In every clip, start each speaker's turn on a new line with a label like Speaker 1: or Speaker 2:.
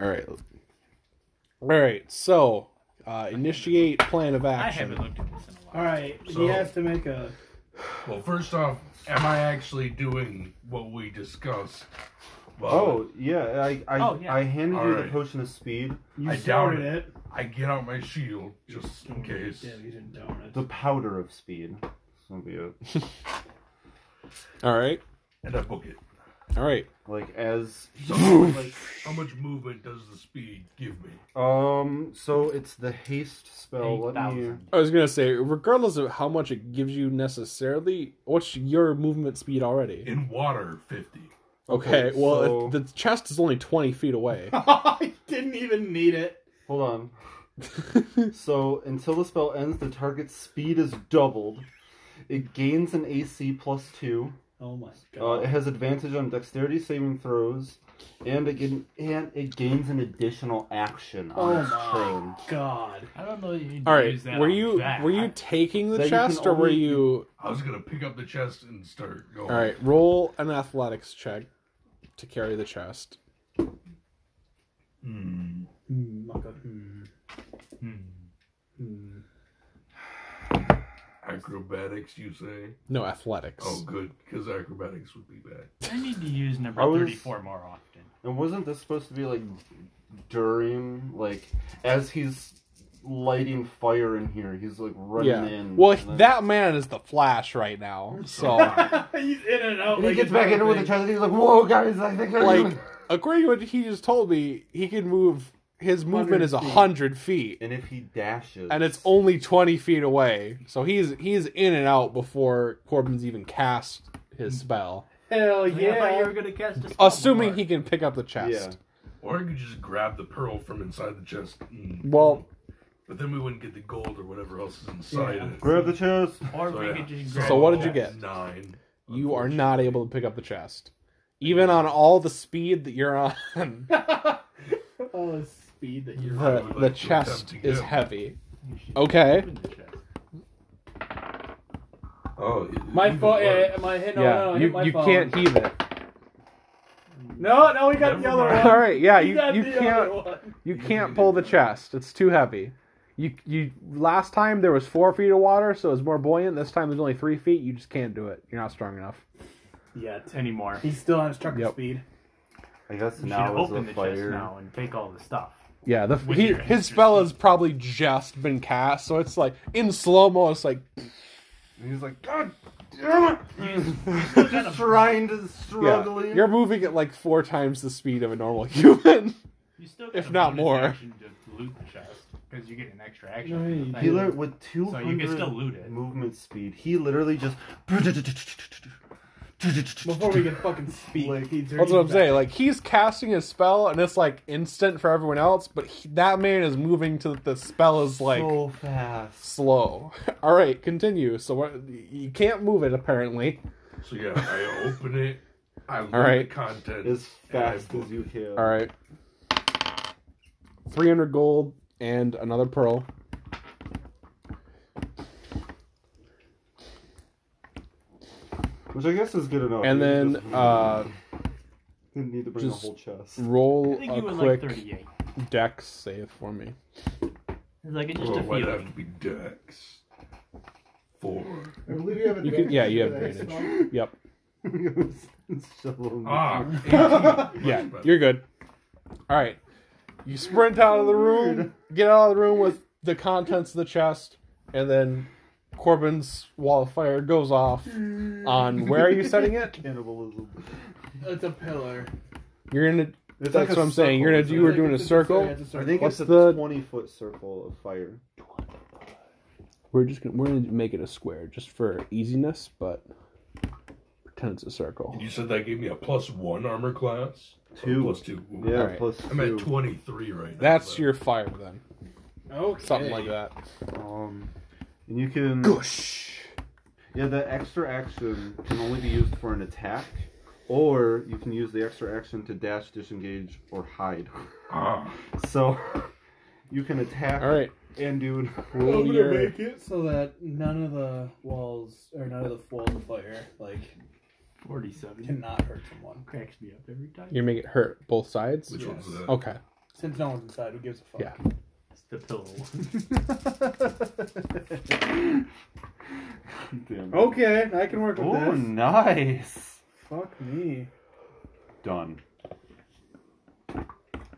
Speaker 1: All right. All right. So, uh, initiate plan of
Speaker 2: I
Speaker 1: action.
Speaker 2: haven't looked at this in a while.
Speaker 3: All right,
Speaker 4: So-
Speaker 3: he has to make a.
Speaker 4: Well, first off, am I actually doing what we discussed? Well,
Speaker 5: Oh yeah, I I,
Speaker 2: Oh, yeah.
Speaker 5: I handed you the
Speaker 4: Alright.
Speaker 5: potion of speed,
Speaker 3: You
Speaker 4: I doubt
Speaker 3: started it.
Speaker 4: I get out my shield just in case.
Speaker 3: Yeah, you didn't doubt it.
Speaker 5: the powder of speed. So be it.
Speaker 1: All right.
Speaker 4: and I book it.
Speaker 1: All right.
Speaker 5: Like as
Speaker 4: So, like, how much movement does the speed give me?
Speaker 5: um, so it's the haste spell. Let me.
Speaker 6: 8,000.
Speaker 1: I was gonna say, regardless of how much it gives you necessarily, what's your movement speed already?
Speaker 4: In water, 50.
Speaker 1: Okay.
Speaker 5: Okay,
Speaker 1: well,
Speaker 5: so-
Speaker 1: it, the chest is only twenty feet away.
Speaker 3: I didn't even need it.
Speaker 5: Hold on. so until the spell ends, the target's speed is doubled. It gains an AC plus two.
Speaker 3: Oh my
Speaker 5: Uh, it
Speaker 3: god.
Speaker 5: has advantage on dexterity saving throws, and it gain, and it gains an additional action on
Speaker 3: Oh
Speaker 5: its
Speaker 3: my
Speaker 5: turn.
Speaker 3: god.
Speaker 2: I don't know. That you
Speaker 1: All right.
Speaker 2: Use that
Speaker 1: Were
Speaker 2: on
Speaker 1: you
Speaker 2: that.
Speaker 1: were you taking the
Speaker 5: That you can
Speaker 1: chest, or were
Speaker 5: only-
Speaker 1: you?
Speaker 4: I was going to pick up the chest and start going.
Speaker 1: All right. Roll an athletics check to carry the chest.
Speaker 4: Hmm.
Speaker 3: Hmm, my god. Hmm.
Speaker 4: Hmm.
Speaker 3: Hmm.
Speaker 4: Acrobatics, you say?
Speaker 1: No athletics.
Speaker 4: Oh, good, because acrobatics would be bad.
Speaker 2: I need to use number
Speaker 5: I was-
Speaker 2: 34 more often.
Speaker 5: And wasn't this supposed to be like during, like as he's lighting fire in here, he's like running
Speaker 1: yeah.
Speaker 5: in.
Speaker 1: Well,
Speaker 5: and then-
Speaker 1: that man is the Flash right now. So.
Speaker 3: He's in and out.
Speaker 5: And he
Speaker 3: like
Speaker 5: gets
Speaker 3: it's
Speaker 5: back in
Speaker 3: nothing.
Speaker 5: with the chest. and He's like, "Whoa, guys! I think I'm
Speaker 1: like
Speaker 5: doing-"
Speaker 1: according to what he just told me, he can move. His movement is a
Speaker 3: 100 feet.
Speaker 1: hundred feet,
Speaker 5: And if he dashes,
Speaker 1: and it's only twenty feet away. So he's he's in and out before Corbin's even cast his spell,
Speaker 3: Hell
Speaker 2: I thought you
Speaker 3: yeah.
Speaker 2: were going to cast a spell
Speaker 1: assuming
Speaker 2: before.
Speaker 1: he can pick up the chest.
Speaker 4: Or I could just grab the pearl from inside the chest. and-
Speaker 1: Well,
Speaker 4: But then we wouldn't get the gold or whatever else is inside
Speaker 3: Yeah.
Speaker 4: it.
Speaker 5: grab the chest.
Speaker 2: Or
Speaker 4: So,
Speaker 2: we
Speaker 4: yeah.
Speaker 2: could just grab
Speaker 1: So what did you get?
Speaker 2: that.
Speaker 4: Nine.
Speaker 1: you are not able to pick up the chest, even on all the speed that you're on.
Speaker 3: All the speed that you're.
Speaker 1: The,
Speaker 4: would like
Speaker 1: the
Speaker 4: to
Speaker 1: chest
Speaker 4: attempt to
Speaker 1: is
Speaker 4: get-
Speaker 1: heavy. Okay.
Speaker 2: Open the chest.
Speaker 4: Oh, it-
Speaker 3: My
Speaker 4: even
Speaker 3: fault.
Speaker 4: worse.
Speaker 3: Yeah, my hit. No, no,
Speaker 1: Yeah,
Speaker 3: no, hit
Speaker 1: you
Speaker 3: my
Speaker 1: you
Speaker 3: phone.
Speaker 1: can't heave it.
Speaker 3: No, no, we got the
Speaker 4: Never
Speaker 3: other
Speaker 4: mind.
Speaker 3: one.
Speaker 1: All right, yeah, you
Speaker 3: We got
Speaker 1: you
Speaker 3: the
Speaker 1: can't
Speaker 3: other one.
Speaker 1: You can't pull the chest. It's too heavy. You you last time there was four feet of water, so it's more buoyant. This time there's only three feet. You just can't do it. You're not strong enough.
Speaker 3: Yet.
Speaker 2: Anymore.
Speaker 3: He's still on his trucker
Speaker 1: Yep.
Speaker 3: speed.
Speaker 5: I guess
Speaker 2: You should
Speaker 5: now is
Speaker 2: open the
Speaker 5: the
Speaker 2: chest
Speaker 5: fire.
Speaker 2: now and take all the stuff.
Speaker 1: Yeah, the
Speaker 2: With
Speaker 1: he,
Speaker 2: your
Speaker 1: his
Speaker 2: extra
Speaker 1: spell has probably just been cast, so it's like in slow mo. It's like
Speaker 5: And he's like, God damn it! just trying to
Speaker 1: yeah,
Speaker 5: struggle. in.
Speaker 1: you're moving at like four times the speed of a normal human.
Speaker 2: You still
Speaker 1: If
Speaker 2: get a
Speaker 1: not
Speaker 2: bonus
Speaker 1: more.
Speaker 2: action to loot the chest because you get an extra action.
Speaker 3: No,
Speaker 2: from the
Speaker 3: you
Speaker 2: thing.
Speaker 5: He lit- with two
Speaker 2: So you
Speaker 5: hundred
Speaker 2: can still loot it.
Speaker 5: movement speed. He literally just
Speaker 3: Before we can fucking speak,
Speaker 5: Like-
Speaker 3: he's
Speaker 1: That's what I'm saying. Like he's casting his spell, and it's like instant for everyone else. But he, that man is moving to the spell is like
Speaker 5: so fast.
Speaker 1: slow. All right, continue. So what, you can't move it apparently.
Speaker 4: So yeah, I open it. I look
Speaker 1: right.
Speaker 4: the content
Speaker 5: As
Speaker 4: and I
Speaker 5: fast
Speaker 4: book
Speaker 5: as you
Speaker 4: it.
Speaker 5: can.
Speaker 1: All right, three hundred gold and another pearl.
Speaker 5: Which I guess is good enough.
Speaker 1: And
Speaker 5: You
Speaker 1: then,
Speaker 5: just-
Speaker 1: uh,
Speaker 5: you need to bring
Speaker 1: just-
Speaker 5: a whole chest.
Speaker 1: Roll
Speaker 2: I think
Speaker 1: a
Speaker 2: you were
Speaker 1: quick
Speaker 2: like 38.
Speaker 1: dex save for me.
Speaker 2: It's like it's just
Speaker 4: Well,
Speaker 2: a
Speaker 4: it might "Oh, have
Speaker 2: feeling.
Speaker 4: to be Dex. Four.
Speaker 7: I believe you have
Speaker 1: You can,
Speaker 7: advantage
Speaker 1: yeah, you have
Speaker 7: for that, so-
Speaker 1: advantage. Yep.
Speaker 5: Shovel.
Speaker 4: Ah, 18.
Speaker 1: Yeah,
Speaker 4: Much better.
Speaker 1: you're good. All right, you sprint out of the room, get out of the room with the contents of the chest, and then Corbin's wall of fire goes off.
Speaker 2: Hmm.
Speaker 1: On where are you setting it?
Speaker 5: Cannibalism.
Speaker 3: It's a pillar.
Speaker 1: You're gonna.
Speaker 5: It's
Speaker 1: That's
Speaker 5: like
Speaker 1: what
Speaker 5: a
Speaker 1: I'm saying. You're gonna.
Speaker 5: circle,
Speaker 1: You were
Speaker 3: It's like-
Speaker 1: doing a
Speaker 3: it's
Speaker 1: circle.
Speaker 3: it's a
Speaker 5: I think
Speaker 1: What's
Speaker 5: it's a
Speaker 1: the-
Speaker 5: twenty foot circle of fire.
Speaker 1: We're just gonna. We're gonna make it a square just for easiness, but pretend it's a circle.
Speaker 4: You said that gave me a plus one armor class. Or
Speaker 5: Two.
Speaker 4: Plus two. Ooh.
Speaker 5: Yeah,
Speaker 1: Alright.
Speaker 5: plus
Speaker 4: I'm at
Speaker 5: two.
Speaker 4: twenty three right now.
Speaker 1: That's
Speaker 4: but-
Speaker 1: your fire then.
Speaker 3: Okay.
Speaker 1: Something like that.
Speaker 5: Um, and you can.
Speaker 1: Goosh.
Speaker 5: Yeah, the extra action can only be used for an attack, or you can use the extra action to dash, disengage, or hide.
Speaker 4: Ah,
Speaker 5: So you can attack
Speaker 1: All right.
Speaker 5: and do.
Speaker 1: Roll your.
Speaker 3: it so that none of the walls or none of the walls of fire like
Speaker 2: 47.
Speaker 3: cannot hurt someone.
Speaker 2: Cracks me up every time.
Speaker 1: You make it hurt both sides.
Speaker 4: which one's that?
Speaker 1: Okay.
Speaker 3: Since no one's inside, who gives a fuck?
Speaker 1: Yeah.
Speaker 2: It's the pillow.
Speaker 5: Damn.
Speaker 3: Okay, I can work with
Speaker 5: Oh,
Speaker 3: this.
Speaker 5: nice.
Speaker 3: Fuck me.
Speaker 5: Done.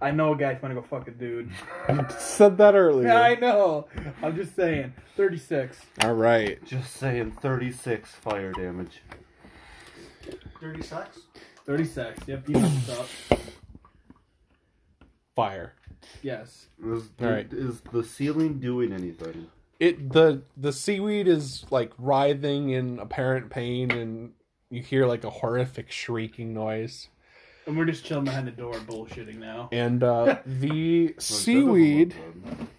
Speaker 3: I know a guy's gonna go fuck a dude.
Speaker 1: You said that earlier.
Speaker 3: Yeah, I know. I'm just saying. 36.
Speaker 1: All right.
Speaker 5: Just saying, 36 fire damage.
Speaker 2: Dirty socks?
Speaker 3: 36. Yep, you know what's up.
Speaker 1: Fire.
Speaker 3: Yes.
Speaker 5: Is,
Speaker 1: Alright.
Speaker 5: is the ceiling doing anything?
Speaker 1: It the the seaweed is like writhing in apparent pain, and you hear like a horrific shrieking noise.
Speaker 3: And we're just chilling behind the door bullshitting now.
Speaker 1: And uh, the
Speaker 5: Like, that doesn't
Speaker 1: seaweed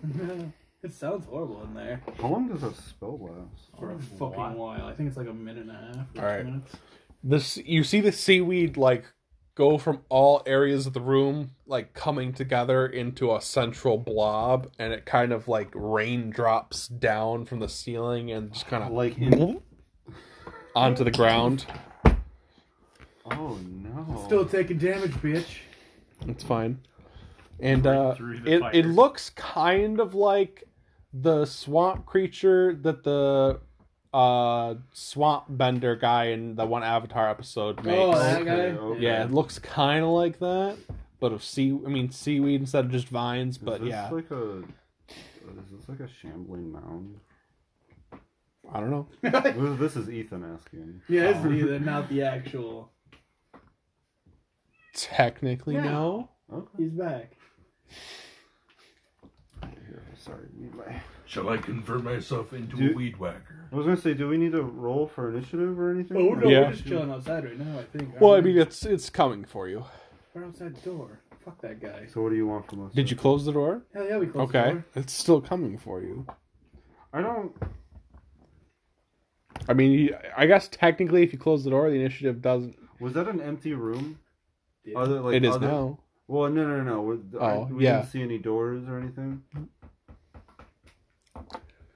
Speaker 5: look good.
Speaker 3: it sounds horrible in there.
Speaker 5: How long does a spell last?
Speaker 3: For a
Speaker 2: Oh,
Speaker 3: fucking
Speaker 2: wow.
Speaker 3: while. I think it's like a minute and a half. Or two
Speaker 1: Alright.
Speaker 3: minutes.
Speaker 1: this you see the seaweed like go from all areas of the room like coming together into a central blob and it kind of like raindrops down from the ceiling and just kind of
Speaker 5: Like in.
Speaker 1: onto the ground
Speaker 5: Oh no.
Speaker 3: Still taking damage, bitch.
Speaker 1: it's fine and
Speaker 2: Right
Speaker 1: uh
Speaker 2: through the
Speaker 1: it, it
Speaker 2: fire.
Speaker 1: looks kind of like the swamp creature that the uh swamp bender guy in the one avatar episode makes
Speaker 3: Oh, that guy?
Speaker 1: Yeah, it looks kind of like that, but of sea. I mean, seaweed instead of just vines.
Speaker 5: Is
Speaker 1: But
Speaker 5: this
Speaker 1: yeah,
Speaker 5: Like a, is this like a shambling mound?
Speaker 1: I don't know.
Speaker 5: Well, this is Ethan asking.
Speaker 3: Yeah, it's neither, not the actual.
Speaker 1: Technically,
Speaker 3: Yeah.
Speaker 1: no.
Speaker 5: Okay.
Speaker 3: He's back.
Speaker 5: Here, sorry. need my-
Speaker 4: Shall I convert myself into
Speaker 5: Do-
Speaker 4: a weed whacker?
Speaker 5: I was gonna say, do we need to roll for initiative or anything?
Speaker 3: Oh no,
Speaker 1: Yeah.
Speaker 3: we're just chilling outside right now, I think.
Speaker 1: Well, I
Speaker 3: aren't we?
Speaker 1: mean, it's it's coming for you.
Speaker 3: We're outside the door. Fuck that guy.
Speaker 5: So what do you want from us?
Speaker 1: Did you close the door?
Speaker 3: Hell yeah, we closed the
Speaker 1: Okay,
Speaker 3: door.
Speaker 1: it's still coming for you.
Speaker 5: I don't.
Speaker 1: I mean, you- I guess technically, if you close the door, the initiative doesn't.
Speaker 5: Was that an empty room?
Speaker 3: Yeah.
Speaker 5: Other, like,
Speaker 1: it is
Speaker 5: other-
Speaker 1: now.
Speaker 5: Well, no, no, no. We're, I-
Speaker 1: Oh,
Speaker 5: we
Speaker 1: yeah.
Speaker 5: didn't see any doors or anything.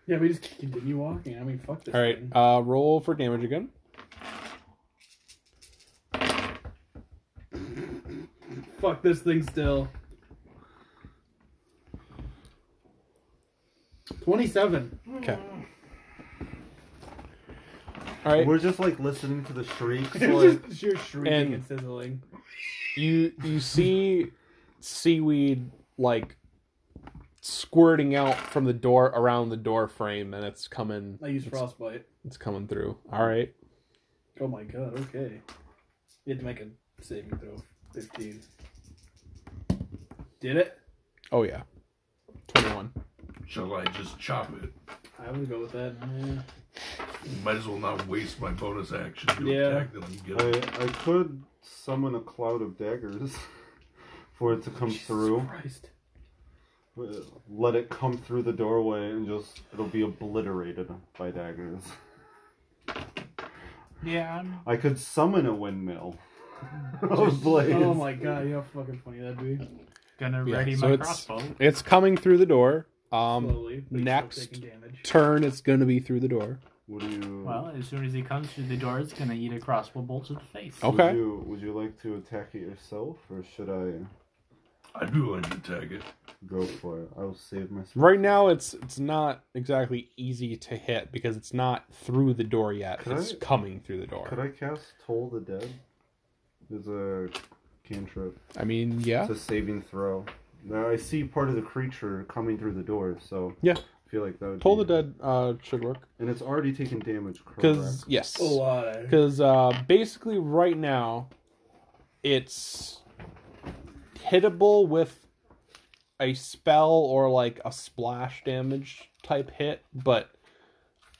Speaker 3: Yeah, we just continue walking. I mean, fuck this.
Speaker 1: All right,
Speaker 3: thing.
Speaker 1: uh, roll for damage again.
Speaker 3: Fuck this thing still. 27.
Speaker 1: Okay. All right,
Speaker 5: We're just like listening to the shrieks. Like,
Speaker 3: Just sheer shrieking
Speaker 1: And-
Speaker 3: and, sizzling.
Speaker 1: you you see seaweed like squirting out from the door around the door frame and it's coming
Speaker 3: I use frostbite.
Speaker 1: it's coming through all right
Speaker 3: Oh my god, okay. You had to make a saving throw. 15. Did it?
Speaker 1: oh yeah 21
Speaker 4: Shall I just chop it?
Speaker 3: I would go with that. Yeah.
Speaker 4: Might as well not waste my bonus action to
Speaker 3: Yeah.
Speaker 4: attack that I'm
Speaker 5: I,
Speaker 4: getting.
Speaker 5: I could summon a cloud of daggers for it to come
Speaker 3: Jesus
Speaker 5: through. Uh,
Speaker 3: Christ.
Speaker 5: Let it come through the doorway and just it'll be obliterated by daggers.
Speaker 2: Yeah, I'm
Speaker 5: I could summon a windmill. of blades.
Speaker 3: Oh my god, you know how fucking funny that'd be.
Speaker 2: gonna
Speaker 1: Yeah,
Speaker 2: ready
Speaker 1: so
Speaker 2: my
Speaker 1: it's-
Speaker 2: crossbow.
Speaker 1: it's coming through the door um
Speaker 3: Slowly. but you're
Speaker 1: next.
Speaker 3: still taking damage.
Speaker 1: turn it's gonna be through the door
Speaker 5: Would you?
Speaker 2: Well, as soon as he comes through the door, it's gonna eat a crossbow bolt to the face.
Speaker 1: Oh.
Speaker 5: Would
Speaker 1: okay.
Speaker 5: you, would you like to attack it yourself, or should I
Speaker 4: I'd be willing to attack it.
Speaker 5: go for it? I will save my.
Speaker 1: right now it's it's not exactly easy to hit because it's not through the door yet
Speaker 5: Could
Speaker 1: it's
Speaker 5: I-
Speaker 1: coming through the
Speaker 5: Could
Speaker 1: door
Speaker 5: I cast Toll the Dead? There's a cantrip.
Speaker 1: i mean yeah
Speaker 5: It's a saving throw. Now I see part of the creature coming through the door, so
Speaker 1: Yeah.
Speaker 5: I feel like that would.
Speaker 1: toll the
Speaker 5: be-
Speaker 1: dead uh should work
Speaker 5: and it's already taken damage.
Speaker 1: because
Speaker 5: Correct.
Speaker 1: yes
Speaker 3: A lot of
Speaker 1: Because uh, basically, right now, it's hittable with a spell or like a splash damage type hit, but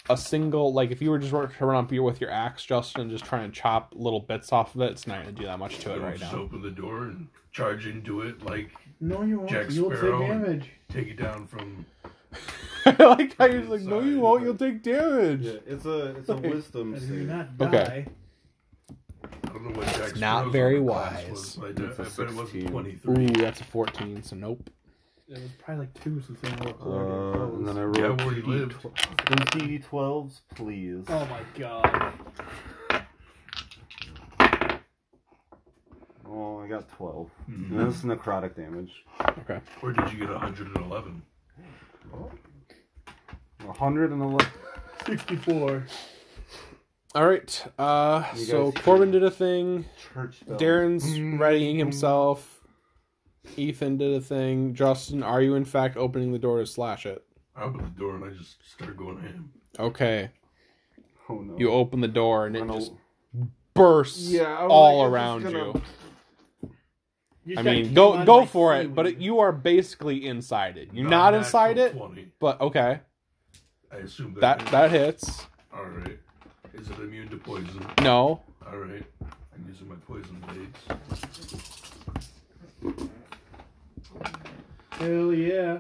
Speaker 1: a single like if you were just run- to run up here with your axe, Justin, and just try and chop little bits off of it, it's not going to do that much to it
Speaker 4: I'll
Speaker 1: right
Speaker 4: just
Speaker 1: now.
Speaker 4: open the door and charge into it, like
Speaker 3: No, you won't.
Speaker 4: Jack
Speaker 3: You'll
Speaker 4: Sparrow.
Speaker 3: take damage.
Speaker 4: take it down from.
Speaker 1: I like how you're just like, no, you won't. You'll take damage.
Speaker 5: Yeah, it's a it's a
Speaker 1: Okay.
Speaker 5: wisdom
Speaker 3: And if you
Speaker 5: save.
Speaker 3: not die.
Speaker 1: Okay.
Speaker 4: I don't know what Jack
Speaker 1: It's not
Speaker 4: Sparrow's
Speaker 1: very
Speaker 4: armor class
Speaker 1: wise.
Speaker 4: Was, but I,
Speaker 5: It's a
Speaker 4: I bet it
Speaker 5: 16.
Speaker 4: wasn't
Speaker 1: Ooh,
Speaker 4: 23.
Speaker 1: that's a fourteen. So nope.
Speaker 3: It was probably like two since they were
Speaker 5: Uh, and then I
Speaker 4: Yeah,
Speaker 5: rolled
Speaker 4: where he lived.
Speaker 5: d twelves, please.
Speaker 3: Oh my god.
Speaker 5: Oh, I I got 12.
Speaker 4: Mhm.
Speaker 5: And that's necrotic damage.
Speaker 1: Okay.
Speaker 4: Or did you get 111?
Speaker 5: 111.
Speaker 3: 64.
Speaker 1: All right. Uh,
Speaker 5: You
Speaker 1: so
Speaker 5: guys-
Speaker 1: Corbin did a thing.
Speaker 5: Church bell.
Speaker 1: Darren's
Speaker 4: Mm-hmm.
Speaker 1: readying himself. Ethan did a thing. Justin, are you in fact opening the door to slash it?
Speaker 4: I opened the door and I just started going ham.
Speaker 1: Okay.
Speaker 5: Oh no.
Speaker 1: You open the door and
Speaker 5: I'm
Speaker 1: it
Speaker 5: gonna-
Speaker 1: just bursts
Speaker 5: Yeah, I was
Speaker 1: all
Speaker 5: like,
Speaker 1: around
Speaker 5: it's just gonna-
Speaker 1: you.
Speaker 3: You
Speaker 1: I
Speaker 3: just
Speaker 1: mean,
Speaker 3: gotta keep
Speaker 1: go
Speaker 3: on
Speaker 1: go
Speaker 3: like
Speaker 1: for it, but it,
Speaker 3: seaweed.
Speaker 1: you are basically inside it. You're
Speaker 4: Not
Speaker 1: not
Speaker 4: natural
Speaker 1: inside it,
Speaker 4: 20.
Speaker 1: but okay.
Speaker 4: I assume that
Speaker 1: That that hits.
Speaker 4: All right. Is it immune to poison?
Speaker 1: No.
Speaker 4: All right. I'm using my poison blades.
Speaker 3: Hell yeah.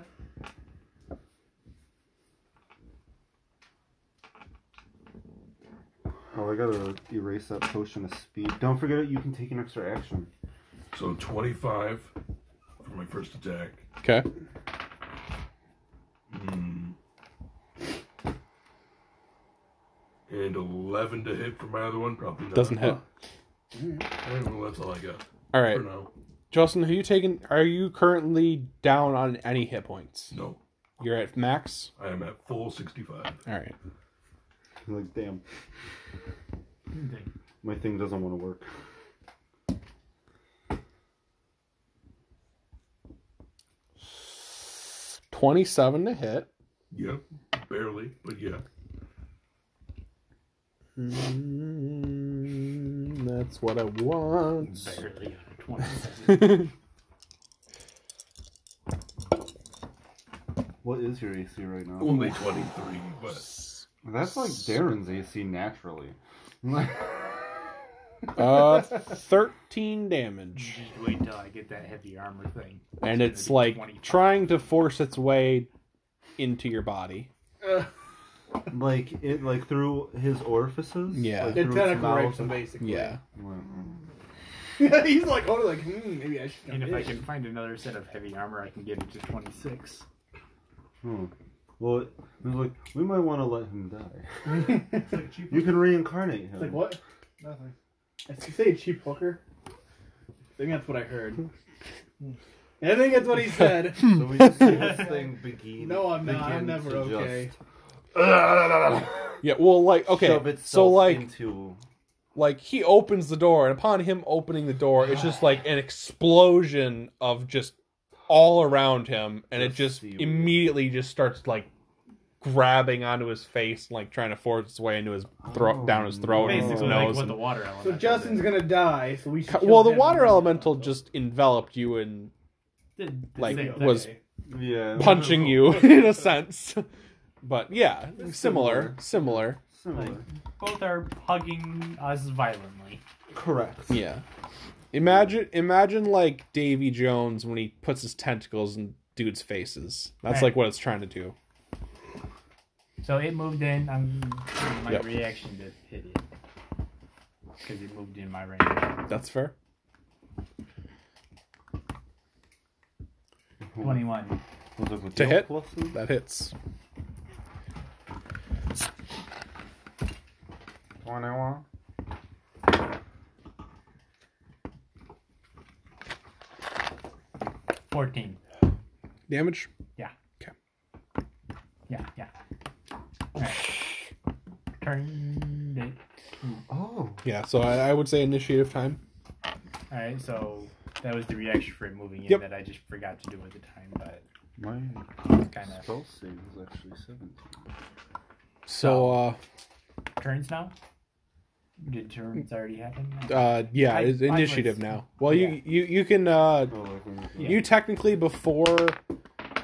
Speaker 5: Oh, I gotta erase that potion of speed. Don't forget it, you can take an extra action.
Speaker 4: So 25 for my first attack.
Speaker 1: Okay.
Speaker 4: Mm. And 11 to hit for my other one. Probably not.
Speaker 1: Doesn't hit.
Speaker 4: All right, well, that's all I got
Speaker 1: All right.
Speaker 4: for now.
Speaker 1: Justin, who you taking are you currently down on any hit points?
Speaker 4: No,
Speaker 1: You're at max?
Speaker 4: I am at full 65.
Speaker 1: Alright.
Speaker 5: I'm like, damn,
Speaker 2: Dang.
Speaker 5: my thing doesn't want to work.
Speaker 1: Twenty seven to hit.
Speaker 4: Yep, barely, but yeah.
Speaker 1: Mm, that's what I want.
Speaker 2: Barely. 20
Speaker 5: What is your AC right now?
Speaker 4: Only 23, but
Speaker 5: That's like Darren's AC naturally.
Speaker 1: Uh thirteen damage.
Speaker 2: Just wait till I get that heavy armor thing.
Speaker 1: And
Speaker 2: gonna
Speaker 1: it's
Speaker 2: be
Speaker 1: like
Speaker 2: 25.
Speaker 1: trying to force its way into your body.
Speaker 5: like it, like through his orifices.
Speaker 1: Yeah.
Speaker 5: like,
Speaker 3: It
Speaker 5: through
Speaker 3: kind
Speaker 5: his
Speaker 3: of
Speaker 5: mouth.
Speaker 3: rapes him, basically.
Speaker 1: Yeah.
Speaker 3: He's like, oh, like, hmm, maybe I should.
Speaker 2: And if
Speaker 3: jump
Speaker 2: I
Speaker 3: in.
Speaker 2: can find another set of heavy armor, I can get it to 26.
Speaker 5: Hmm. Well, it was like we might want to let him die. You can reincarnate him.
Speaker 3: It's like what? Nothing. Did you say cheap hooker? I think that's what I heard. Hmm. I think that's what he said.
Speaker 5: So we just see this thing begin.
Speaker 3: No, I'm not. I'm
Speaker 5: begin
Speaker 3: never
Speaker 5: to
Speaker 3: okay.
Speaker 5: just
Speaker 1: Yeah, well like
Speaker 5: shove
Speaker 1: okay.
Speaker 5: itself
Speaker 1: So like
Speaker 5: into
Speaker 1: like he opens the door and upon him opening the door it's just like an explosion of just all around him and it
Speaker 5: Just
Speaker 1: just
Speaker 5: seaweed.
Speaker 1: immediately just starts like grabbing ononto his face and like trying to force its way into his throat
Speaker 5: Oh,
Speaker 1: down his throat and his
Speaker 2: Basically, like
Speaker 1: nose
Speaker 2: what
Speaker 1: and-
Speaker 2: the water element.
Speaker 3: So Justin's gonna die. So we. Should kill
Speaker 1: well the
Speaker 3: him.
Speaker 1: water elemental just enveloped you and
Speaker 2: did the
Speaker 1: like,
Speaker 2: same
Speaker 3: Okay.
Speaker 2: thing.
Speaker 1: was-
Speaker 5: yeah
Speaker 1: punching you in a sense but yeah similar similar
Speaker 5: Similar.
Speaker 2: both are hugging us violently.
Speaker 5: Correct.
Speaker 1: yeah imagine imagine like davy jones when he puts his tentacles in dudes faces that's like what it's trying to do
Speaker 2: So it moved in. I'm using my
Speaker 1: Yep.
Speaker 2: reaction to hit it because it moved in my range.
Speaker 1: That's fair.
Speaker 2: Twenty-one.
Speaker 5: What's up with
Speaker 1: To
Speaker 5: your
Speaker 1: hit?
Speaker 5: pluses?
Speaker 1: That hits.
Speaker 5: 21.
Speaker 2: Fourteen.
Speaker 1: Damage?
Speaker 2: Yeah, yeah. Alright. Turn it.
Speaker 5: Oh.
Speaker 1: Yeah, so I, I would say initiative time.
Speaker 2: All right, so that was the reaction for it moving in
Speaker 1: Yep.
Speaker 2: that I just forgot to do at the time, but
Speaker 5: My
Speaker 2: it's kind of
Speaker 5: spell save is actually 17.
Speaker 1: So, uh,
Speaker 2: turns now. Did turns already happen?
Speaker 1: uh yeah,
Speaker 2: I-
Speaker 1: it's
Speaker 2: I was-
Speaker 1: initiative now. Well,
Speaker 2: yeah.
Speaker 1: you, you, you can, uh,
Speaker 5: Oh, I think
Speaker 2: Yeah.
Speaker 1: you technically, before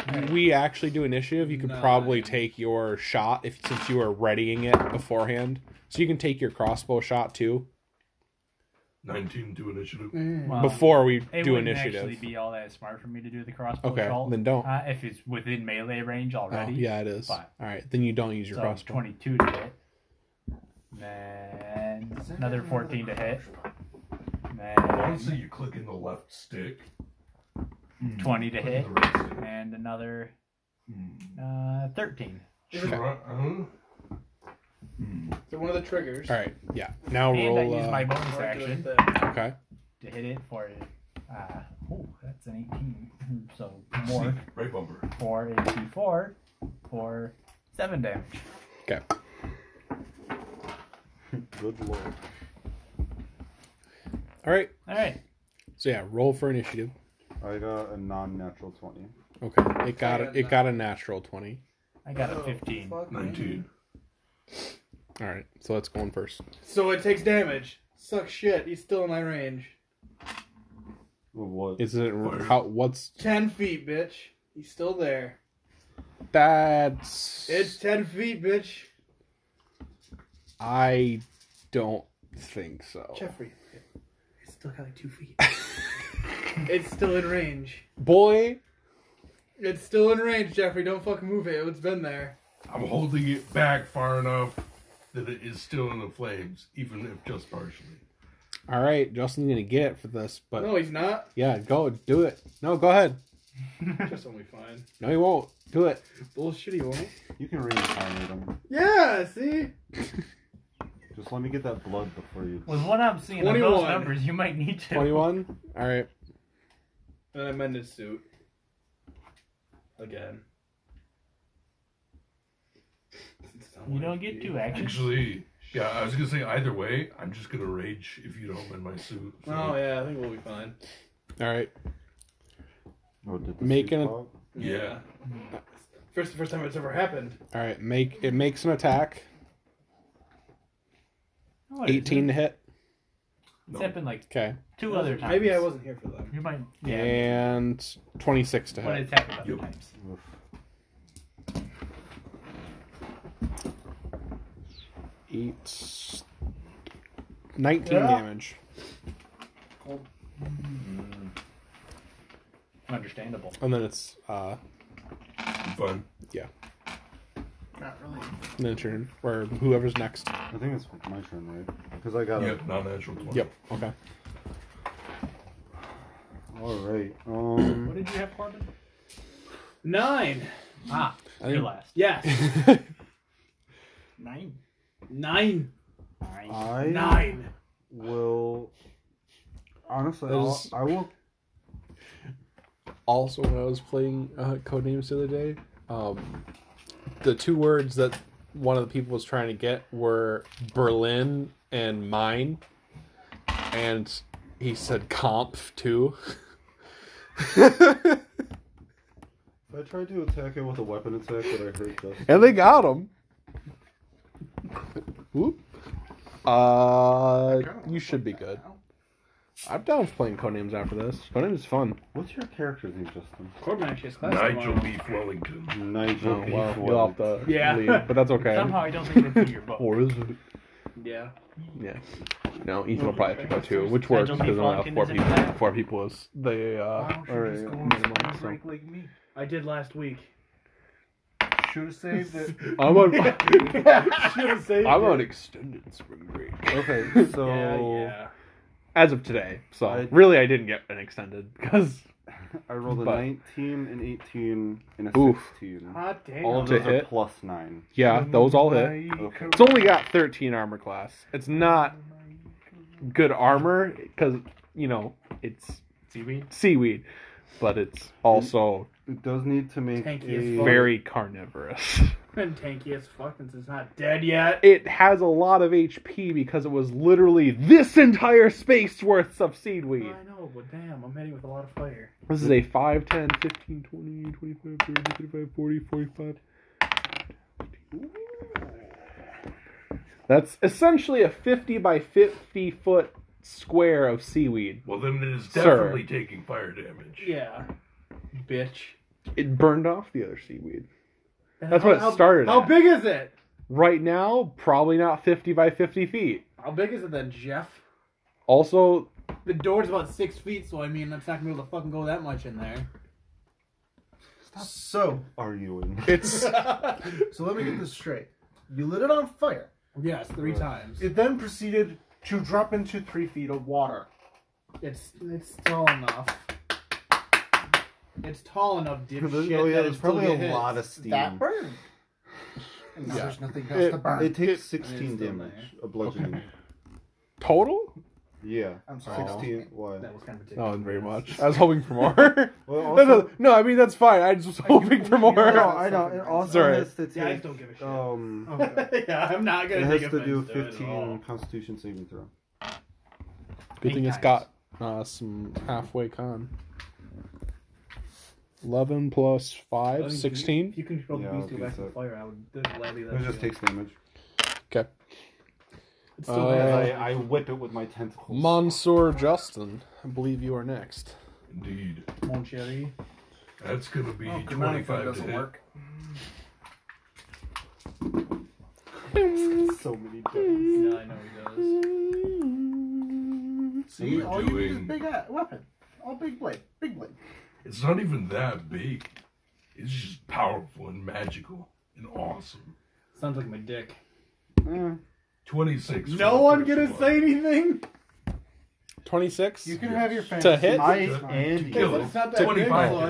Speaker 2: Alright.
Speaker 1: we actually do initiative, you could
Speaker 3: Nine.
Speaker 1: probably take your shot if since you were readying it beforehand. So you can take your crossbow shot too
Speaker 4: 19 to initiative.
Speaker 3: Hmm.
Speaker 2: Well,
Speaker 1: before we
Speaker 2: Uh, it
Speaker 1: do
Speaker 2: wouldn't
Speaker 1: initiative.
Speaker 2: actually be all that smart for me to do the crossbow
Speaker 1: Okay,
Speaker 2: shot,
Speaker 1: then don't.
Speaker 2: Uh, if it's within melee range
Speaker 1: Oh,
Speaker 2: already.
Speaker 1: yeah, it is. All
Speaker 2: Fine.
Speaker 1: right, then you don't use your
Speaker 2: So
Speaker 1: crossbow.
Speaker 2: 22 to hit. Then another 14 to hit.
Speaker 4: Honestly,
Speaker 2: Then
Speaker 4: you click in the left stick.
Speaker 2: 20 to
Speaker 4: click in
Speaker 2: hit.
Speaker 4: the right stick.
Speaker 2: And another
Speaker 4: Mm.
Speaker 2: uh, 13.
Speaker 4: Sure, uh-huh.
Speaker 3: So one of the triggers.
Speaker 1: All right, yeah. Now
Speaker 2: And I
Speaker 1: roll.
Speaker 2: use my
Speaker 1: Uh,
Speaker 2: bonus action
Speaker 3: Or do it
Speaker 1: okay.
Speaker 2: to hit it for
Speaker 6: Uh, oh, that's an 18. So more
Speaker 4: Sneak, Right bumper.
Speaker 6: for a D4 for 7 damage.
Speaker 1: Okay.
Speaker 5: Good lord.
Speaker 1: All right.
Speaker 6: Alright.
Speaker 1: So yeah, roll for initiative.
Speaker 5: I got a non-natural twenty.
Speaker 1: Okay. It got a, it got a natural twenty.
Speaker 6: I got
Speaker 3: Oh,
Speaker 6: a 15.
Speaker 4: Nineteen.
Speaker 1: All right. So that's going first.
Speaker 3: So it takes damage. Suck shit. He's still in my range.
Speaker 5: Well, What?
Speaker 1: Is it how? What's
Speaker 3: Ten feet, bitch. He's still there.
Speaker 1: that's?
Speaker 3: It's ten feet, bitch.
Speaker 1: I don't think so.
Speaker 3: Jeffrey. It's still got like two feet. it's still in range.
Speaker 1: Boy,
Speaker 3: It's still in range, Jeffrey. Don't fucking move it. It's been there.
Speaker 4: I'm holding it back far enough that it is still in the flames, even if just partially.
Speaker 1: all right. Justin's gonna get it for this, but
Speaker 3: No, he's not.
Speaker 1: yeah, go do it. No, go ahead.
Speaker 3: Just only fine.
Speaker 1: No, he won't. Do it.
Speaker 3: Bullshit, he won't.
Speaker 5: You can reincarnate him.
Speaker 3: Yeah, see?
Speaker 5: Just let me get that blood before you.
Speaker 6: With what I'm seeing of those
Speaker 3: 21.
Speaker 6: numbers, you might need to.
Speaker 1: Twenty-one. All right.
Speaker 3: And I mend his suit. Again.
Speaker 6: You don't get two actions.
Speaker 4: Actually, yeah, I was gonna say either way, I'm just gonna rage if you don't mend my suit. So
Speaker 3: Oh, yeah, I think we'll be fine.
Speaker 1: All right.
Speaker 5: Oh, did the
Speaker 1: Make
Speaker 5: suit
Speaker 1: an-
Speaker 5: pop?
Speaker 4: Yeah.
Speaker 3: First, the first time it's ever happened.
Speaker 1: All right. Make it makes an attack.
Speaker 6: What is it?
Speaker 1: Eighteen to hit.
Speaker 6: It's
Speaker 4: No.
Speaker 6: happened like
Speaker 1: Okay.
Speaker 6: two other times.
Speaker 3: Maybe I wasn't here for that.
Speaker 6: You might. Yeah.
Speaker 1: And twenty-six to
Speaker 6: But
Speaker 1: hit.
Speaker 6: it's happened other
Speaker 4: Yep.
Speaker 6: times.
Speaker 5: Oof.
Speaker 1: Eight. Nineteen
Speaker 6: Yeah.
Speaker 1: damage.
Speaker 6: Understandable.
Speaker 1: And then it's uh
Speaker 4: Fun.
Speaker 3: Not really.
Speaker 1: then turn or whoever's next.
Speaker 5: I think it's my turn, right? Because I got a
Speaker 4: Yep, non natural twenty.
Speaker 1: Yep. Okay.
Speaker 5: All right. Um.
Speaker 6: What did you have, Corbin?
Speaker 3: Nine.
Speaker 6: Ah,
Speaker 1: I
Speaker 6: your
Speaker 1: think-
Speaker 6: last.
Speaker 3: Yes.
Speaker 6: Nine.
Speaker 3: Nine.
Speaker 1: Uh,
Speaker 6: Nine.
Speaker 5: I
Speaker 3: Nine.
Speaker 5: will. Honestly,
Speaker 1: That
Speaker 5: I'll,
Speaker 1: is-
Speaker 5: I will.
Speaker 1: also when I was playing uh, Codenames the other day, um, the two words that one of the people was trying to get were Berlin and mine, and he said comp too.
Speaker 5: If I tried to attack it with a weapon attack, would I hurt this?
Speaker 1: and they got him. Whoop. Uh, you should be good. I'm down for playing Codenames after this. Codenames is fun.
Speaker 5: What's your character's name, Justin?
Speaker 3: Corbin actually has class
Speaker 4: Nigel
Speaker 3: tomorrow.
Speaker 4: B. Wellington.
Speaker 5: Nigel.
Speaker 1: Oh, well,
Speaker 5: Beef
Speaker 1: you'll have
Speaker 5: Wellington.
Speaker 1: to
Speaker 3: Yeah.
Speaker 1: leave, but that's okay.
Speaker 6: Somehow I don't think that's in your book.
Speaker 1: Or is it?
Speaker 3: Yeah.
Speaker 1: Yeah. No, Ethan will probably have to go too, which works
Speaker 6: Nigel B.
Speaker 1: because only have
Speaker 6: Falcon
Speaker 1: four
Speaker 6: is in
Speaker 1: people.
Speaker 6: that.
Speaker 1: Four people is the uh,
Speaker 2: Why don't you just
Speaker 1: or
Speaker 2: go on
Speaker 1: minimum,
Speaker 2: spring
Speaker 1: so.
Speaker 2: break like me?
Speaker 3: I did last week.
Speaker 2: Should have saved it.
Speaker 1: I'm on.
Speaker 3: Should have saved
Speaker 1: I'm
Speaker 3: it.
Speaker 1: on extended spring break
Speaker 5: Okay, so
Speaker 3: Yeah, yeah.
Speaker 1: as of today. So
Speaker 5: I-
Speaker 1: really, I didn't get an extended because
Speaker 5: I rolled a
Speaker 1: But-
Speaker 5: 19, an 18, and a
Speaker 1: Oof.
Speaker 5: 16.
Speaker 3: Hot Ah, damn.
Speaker 5: All of
Speaker 1: To
Speaker 5: those are
Speaker 1: hit?
Speaker 5: plus 9.
Speaker 1: yeah, those all hit.
Speaker 5: Okay.
Speaker 1: It's only got 13 armor class. It's not good armor because you know it's
Speaker 6: Seaweed.
Speaker 1: seaweed, but it's also
Speaker 5: It does need to make
Speaker 3: Tanky as
Speaker 5: a...
Speaker 3: fuck.
Speaker 1: very carnivorous.
Speaker 3: been tanky as fuck since it's not dead yet.
Speaker 1: it has a lot of HP because it was literally this entire space worth of
Speaker 3: I
Speaker 1: seaweed.
Speaker 3: know, but damn, I'm hitting with a lot of fire.
Speaker 1: This is a 5, 10, 15, 20, 25, 30, 35, 40, 45. That's essentially a 50 by 50 foot square of seaweed.
Speaker 4: Well then it is
Speaker 1: Sir.
Speaker 4: definitely taking fire damage.
Speaker 3: Yeah. Bitch.
Speaker 1: It burned off the other seaweed. That's what it started
Speaker 3: How
Speaker 1: at.
Speaker 3: big is it?
Speaker 1: Right now, probably not 50 by 50 feet.
Speaker 3: How big is it then, Jeff?
Speaker 1: Also,
Speaker 3: The door's about six feet, so I mean, that's not gonna be able to fucking go that much in there.
Speaker 2: So,
Speaker 5: arguing.
Speaker 1: it's
Speaker 2: so let me get this straight. You lit it on fire.
Speaker 3: Yes, three times.
Speaker 2: It then proceeded to drop into three feet of water.
Speaker 3: It's it's tall enough. It's tall enough,
Speaker 5: There's-
Speaker 3: dipshit.
Speaker 5: oh, yeah,
Speaker 3: that
Speaker 5: there's
Speaker 3: it still
Speaker 5: probably a
Speaker 3: get hit.
Speaker 5: lot of steam.
Speaker 2: That burned. And now
Speaker 1: Yeah.
Speaker 2: there's nothing else
Speaker 1: It-
Speaker 2: to burn.
Speaker 5: It takes 16
Speaker 3: still
Speaker 5: damage, a bludgeoning.
Speaker 1: total?
Speaker 5: Yeah.
Speaker 3: I'm sorry.
Speaker 5: Sixteen. Why?
Speaker 3: That was kind of ridiculous.
Speaker 1: Oh, very much. I was hoping for more.
Speaker 5: Well,
Speaker 1: no,
Speaker 5: also,
Speaker 1: no, no, I mean, that's fine. I was hoping for more.
Speaker 5: no,
Speaker 3: no,
Speaker 5: I know. It also
Speaker 1: Sorry.
Speaker 5: has to
Speaker 3: Yeah, I
Speaker 5: take.
Speaker 3: don't give a shit. Oh,
Speaker 5: Um,
Speaker 3: yeah, I'm not
Speaker 5: it
Speaker 3: gonna
Speaker 5: has
Speaker 3: take
Speaker 5: to do
Speaker 3: offense to it at all.
Speaker 5: fifteen Constitution saving throw.
Speaker 1: Good thing it's
Speaker 2: Eight
Speaker 1: got uh, some halfway con. 11 plus 5,
Speaker 3: I mean,
Speaker 1: 16.
Speaker 3: If you control the
Speaker 5: Yeah,
Speaker 3: beast to
Speaker 5: okay,
Speaker 3: go back to
Speaker 5: so-
Speaker 3: fire, I would gladly let
Speaker 5: It just takes damage.
Speaker 3: It's still
Speaker 1: Uh,
Speaker 5: As
Speaker 3: bad.
Speaker 5: I, I whip it with my tentacles.
Speaker 1: Monsieur Justin, I believe you are next.
Speaker 4: Indeed.
Speaker 3: Mon Cherry.
Speaker 4: That's going to be
Speaker 2: Oh, demonic phone
Speaker 4: 25 to
Speaker 2: doesn't
Speaker 4: hit.
Speaker 2: work.
Speaker 5: so many
Speaker 3: Yeah,
Speaker 5: dice.
Speaker 3: I know he does.
Speaker 4: See, you're
Speaker 7: all you need is
Speaker 4: doing.
Speaker 7: big uh, weapon. All big blade. Big blade.
Speaker 4: It's not even that big. It's just powerful and magical and awesome.
Speaker 3: Sounds like my dick.
Speaker 4: 26. for
Speaker 3: No
Speaker 4: the
Speaker 3: one
Speaker 4: first
Speaker 3: gonna
Speaker 4: one.
Speaker 3: say anything.
Speaker 1: 26?
Speaker 7: You can
Speaker 4: Yes.
Speaker 7: have your fantasy.
Speaker 1: To hit?
Speaker 5: I
Speaker 4: To-
Speaker 5: and
Speaker 4: to kill
Speaker 5: you.
Speaker 4: it. 25